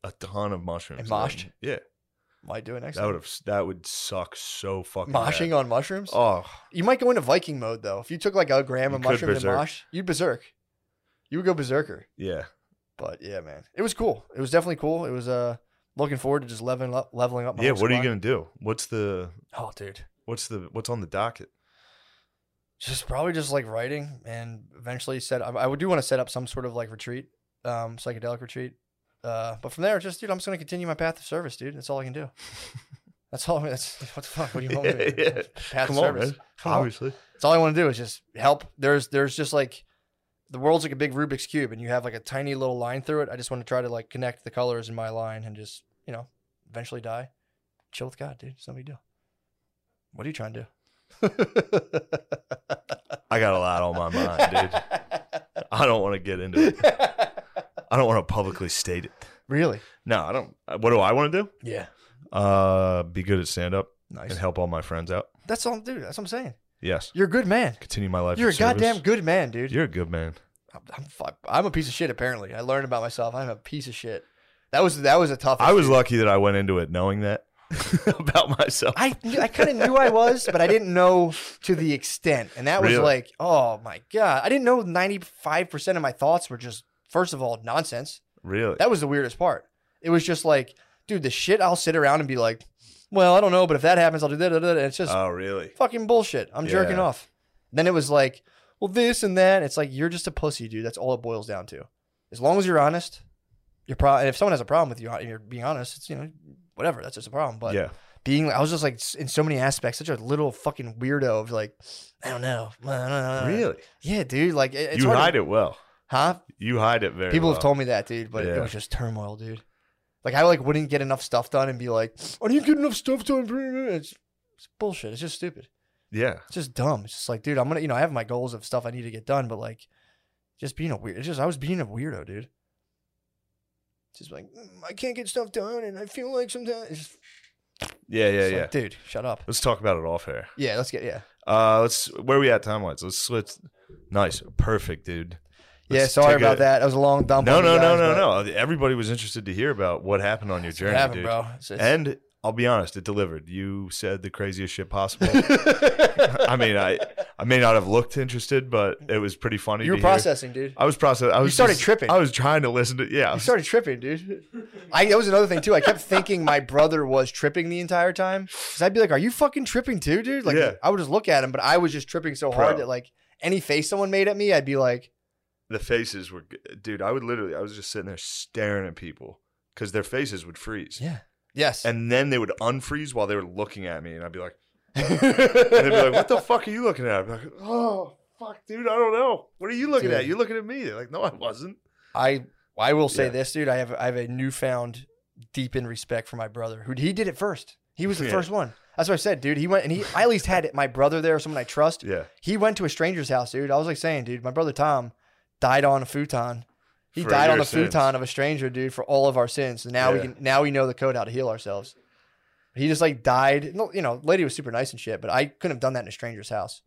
S2: a ton of mushrooms.
S1: And moshed?
S2: then- Yeah.
S1: might do it next.
S2: That would
S1: time.
S2: have that would suck so fucking bad.
S1: Moshing on mushrooms.
S2: Oh,
S1: You might go into Viking mode though. If you took like a gram
S2: You
S1: of
S2: could
S1: mushroom and
S2: berserk.
S1: mosh, you'd berserk. You would go berserker.
S2: yeah.
S1: But yeah, man, it was cool. It was definitely cool. It was uh looking forward to just leveling up, leveling up. My
S2: yeah,
S1: whole
S2: what are you
S1: squad.
S2: going to do? What's the
S1: Oh, dude.
S2: what's the what's on the docket?
S1: just probably just like writing and eventually set I, I would do want to set up some sort of like retreat um psychedelic retreat uh but from there it's just dude i'm just going to continue my path of service dude that's all i can do that's all I mean, that's what the fuck what do you want me to do
S2: Yeah, yeah.
S1: path
S2: Come
S1: of
S2: on,
S1: service
S2: man.
S1: Come on.
S2: Obviously.
S1: That's all I want to do is just help. There's there's just like the world's like a big Rubik's cube, and you have like a tiny little line through it. I just want to try to like connect the colors in my line, and just you know, eventually die. Chill with God, dude. It's no big deal. What are you trying to do?
S2: I I got a lot on my mind, dude. I don't want to get into it. I don't want to publicly state it.
S1: really?
S2: No, I don't. uh, What do I want to do?
S1: Yeah.
S2: Uh, be good at stand up
S1: Nice.
S2: and help all my friends out.
S1: That's all, dude. That's what I'm saying.
S2: Yes.
S1: You're a good man.
S2: Continue my life.
S1: You're a
S2: of service.
S1: goddamn good man, dude.
S2: You're a good man.
S1: I'm, I'm, fuck, I'm a piece of shit. Apparently, I learned about myself. I'm a piece of shit. That was that was a tough.
S2: I was
S1: issue.
S2: lucky that I went into it knowing that about myself.
S1: I knew- I kind of knew I was, but I didn't know to the extent. And that was
S2: Really?
S1: like, oh my god, I didn't know 95 percent of my thoughts were just first of all nonsense.
S2: Really?
S1: That was the weirdest part. It was just like, dude, the shit I'll sit around and be like, well, I don't know, but if that happens, I'll do that. da, da, da. It's just
S2: Oh, really?
S1: fucking bullshit. I'm jerking
S2: Yeah.
S1: off. Then it was like, well, this and that. It's like you're just a pussy, dude. That's all it boils down to. As long as you're honest, you're pro. And if someone has a problem with you and you're being honest, it's you know whatever. That's just a problem. But
S2: yeah.
S1: being, I was just like s- in so many aspects, such a little fucking weirdo of like, I don't know, I don't know. Yeah, dude. Like it, uh, it's
S2: you
S1: hard to-
S2: hide it well.
S1: huh?
S2: You hide it very.
S1: People
S2: well.
S1: have told me that, dude, but it
S2: Yeah.
S1: was just turmoil, dude. Like I like wouldn't get enough stuff done and be like, "Are you getting enough stuff done?" It's, it's bullshit. It's just stupid.
S2: Yeah.
S1: It's just dumb. It's just like, dude, I'm gonna, you know, I have my goals of stuff I need to get done, but like, just being a weird. It's just I was being a weirdo, dude. Just like "Mm, I can't get stuff done, and I feel like sometimes. It's just,
S2: Yeah. Yeah.
S1: it's
S2: Yeah.
S1: like, dude, shut up.
S2: Let's talk about it off air.
S1: Yeah, let's get yeah.
S2: Uh, let's. Where we at time wise? Let's switch. Nice. Perfect, dude.
S1: yeah,
S2: Let's
S1: sorry
S2: take
S1: about
S2: a-
S1: that. That was a long dump.
S2: No,
S1: on you
S2: no, no,
S1: guys,
S2: no,
S1: but
S2: no. Everybody was interested to hear about what happened on your
S1: It
S2: journey,
S1: happened,
S2: dude.
S1: bro. It's- it's-
S2: And I'll be honest, it delivered. You said the craziest shit possible. I mean, I I may not have looked interested, but it was pretty funny.
S1: you were
S2: to hear.
S1: processing, dude.
S2: I was processing. I was
S1: started
S2: just-
S1: tripping.
S2: I was trying to listen to. Yeah, I
S1: You
S2: was-
S1: started tripping, dude. I that was another thing too. I kept thinking my brother was tripping the entire time. Cause I'd be like, "Are you fucking tripping too, dude?" Like
S2: Yeah.
S1: I would just look at him, but I was just tripping so
S2: Bro.
S1: hard that like any face someone made at me, I'd be like,
S2: the faces were, g- dude. I would literally. I was just sitting there staring at people because their faces would freeze,
S1: "Yeah, yes."
S2: and then they would unfreeze while they were looking at me, and I'd be like, and they'd be like, "What the fuck are you looking at?" I'd be like, "Oh." Fuck, dude, I don't know. What are you looking
S1: Dude.
S2: at? You're looking at me. They're like, no, I wasn't.
S1: I I will say
S2: Yeah.
S1: this, dude. I have I have a newfound deepened respect for my brother. Who he did it first. He was the
S2: Yeah.
S1: first one. That's what I said, dude. He went and he I at least had it, my brother there, someone I trust.
S2: Yeah,
S1: He went to a stranger's house, dude. I was like saying, dude, my brother Tom died on a futon. He
S2: For
S1: died on
S2: your
S1: the futon of a stranger, dude, for all of our sins. And now we
S2: Yeah.
S1: can now we know the code how to heal ourselves. He just like died. No, You know, lady was super nice and shit, but I couldn't have done that in a stranger's house.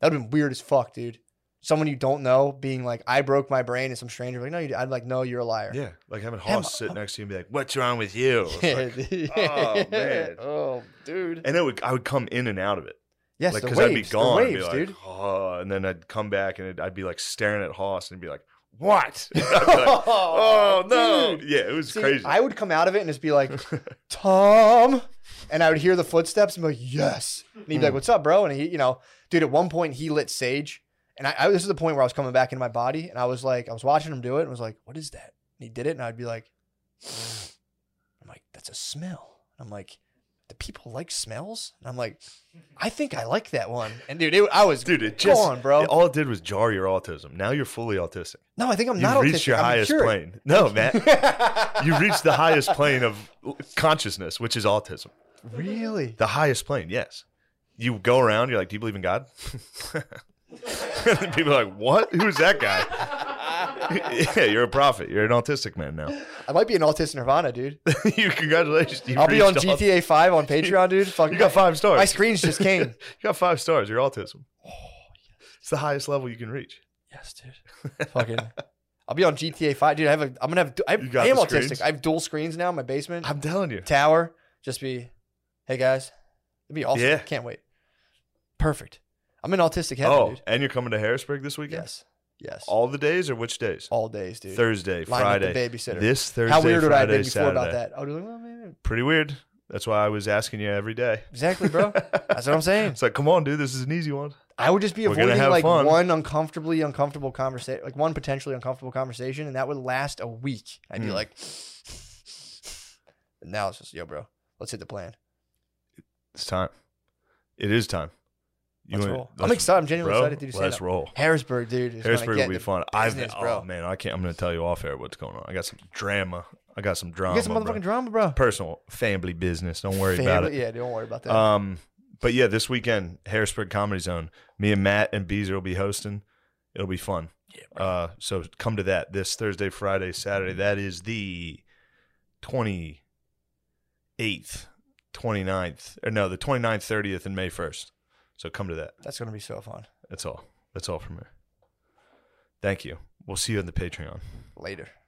S1: That would have been weird as fuck, dude. Someone you don't know being like, I broke my brain and some stranger like, no, you did. I'd like, no, you're a liar.
S2: yeah. Like having
S1: Damn,
S2: Hoss sit next to you and be like, "What's wrong with you?" It's like-
S1: dude.
S2: oh, man.
S1: Oh, dude.
S2: and it would, I would come in and out of it,
S1: Yes,
S2: like
S1: the
S2: because
S1: waves,
S2: I'd be
S1: the
S2: gone, and be
S1: waves,
S2: like,
S1: dude.
S2: "Oh," and then I'd come back and it, I'd be like staring at Hoss and be like, "What?" I'd be like, oh no,
S1: Dude.
S2: yeah, it was
S1: See,
S2: crazy.
S1: I would come out of it and just be like, Tom, and I would hear the footsteps and be like, yes. And he'd be
S2: Hmm.
S1: like, what's up, bro? And he, you know, dude, at one point he lit sage, and I, I this is the point where I was coming back into my body, and I was like, I was watching him do it, and was like, what is that? And he did it, and I'd be like, I'm like, that's a smell. I'm like, do people like smells? And I'm like, I think I like that one. And dude, it, I was
S2: Dude, it just
S1: gone, bro.
S2: it- all it did was jar your autism. Now you're fully autistic.
S1: no, I think I'm
S2: You
S1: not
S2: reached
S1: autistic.
S2: your
S1: I'm
S2: highest
S1: cured.
S2: plane. No, man, you reached the highest plane of consciousness, which is autism.
S1: really.
S2: The highest plane, yes. You go around, you're like, Do you believe in God? People are like, What? Who's that guy? yeah, you're a prophet. You're an autistic man now.
S1: I might be an autistic Nirvana, dude.
S2: you congratulations. You
S1: I'll be on
S2: reached aut-
S1: GTA 5 on Patreon, dude. Fuck,
S2: You got five stars.
S1: My screens just
S2: you
S1: came.
S2: got five stars. Your autism. Oh, It's the highest level you can reach.
S1: yes, dude. Fucking. I'll be on GTA 5, dude. I have a. I'm gonna have. du- I,
S2: You got
S1: I am
S2: the
S1: autistic.
S2: screens?
S1: I have dual screens now in my basement
S2: I'm telling you.
S1: tower. Just be, hey guys, it'd be awesome.
S2: Yeah.
S1: Can't wait. Perfect. I'm in autistic heaven,
S2: Oh,
S1: dude.
S2: and you're coming to Harrisburg this weekend?
S1: Yes, yes. All,
S2: All the days or which days?
S1: days, dude.
S2: Thursday,
S1: Line up the
S2: Friday.
S1: babysitter.
S2: This Thursday,
S1: How weird would I have
S2: Friday,
S1: been before
S2: Saturday.
S1: about that? I would be like, well, man,
S2: Pretty weird. That's why I was asking you every day.
S1: exactly, bro. That's what I'm saying.
S2: It's like, come on, dude, this is an easy one.
S1: I would just be
S2: We're gonna
S1: avoiding
S2: have
S1: like
S2: fun.
S1: one uncomfortably uncomfortable conversation, like one potentially uncomfortable conversation, and that would last a week. I'd be
S2: Mm.
S1: like, and now it's just yo, bro, let's hit the plan.
S2: It's time. It is time.
S1: Let's
S2: wanna-
S1: roll. I'm
S2: let's-
S1: excited. I'm genuinely
S2: bro,
S1: excited to do stand
S2: Let's
S1: up.
S2: roll.
S1: Harrisburg, dude. Is
S2: Harrisburg
S1: gonna
S2: will
S1: get
S2: be
S1: the-
S2: fun. I've
S1: business, bro.
S2: oh man, I can't. I'm gonna tell you off air what's going on. I got some drama. I got some
S1: You
S2: drama.
S1: get some motherfucking
S2: bro.
S1: drama, bro.
S2: Personal family business. Don't worry about
S1: Family-
S2: it.
S1: Yeah, don't worry about that.
S2: Um, But yeah, this weekend, Harrisburg Comedy Zone. Me and Matt and Beezer will be hosting. It'll be fun.
S1: Yeah,
S2: Uh, so come to that this Thursday, Friday, Saturday. That is the 28th, 29th, or no, the 29th, 30th, and May 1st. So come to that.
S1: That's gonna be so fun.
S2: That's all. That's all from me. Thank you. We'll see you on the Patreon.
S1: Later.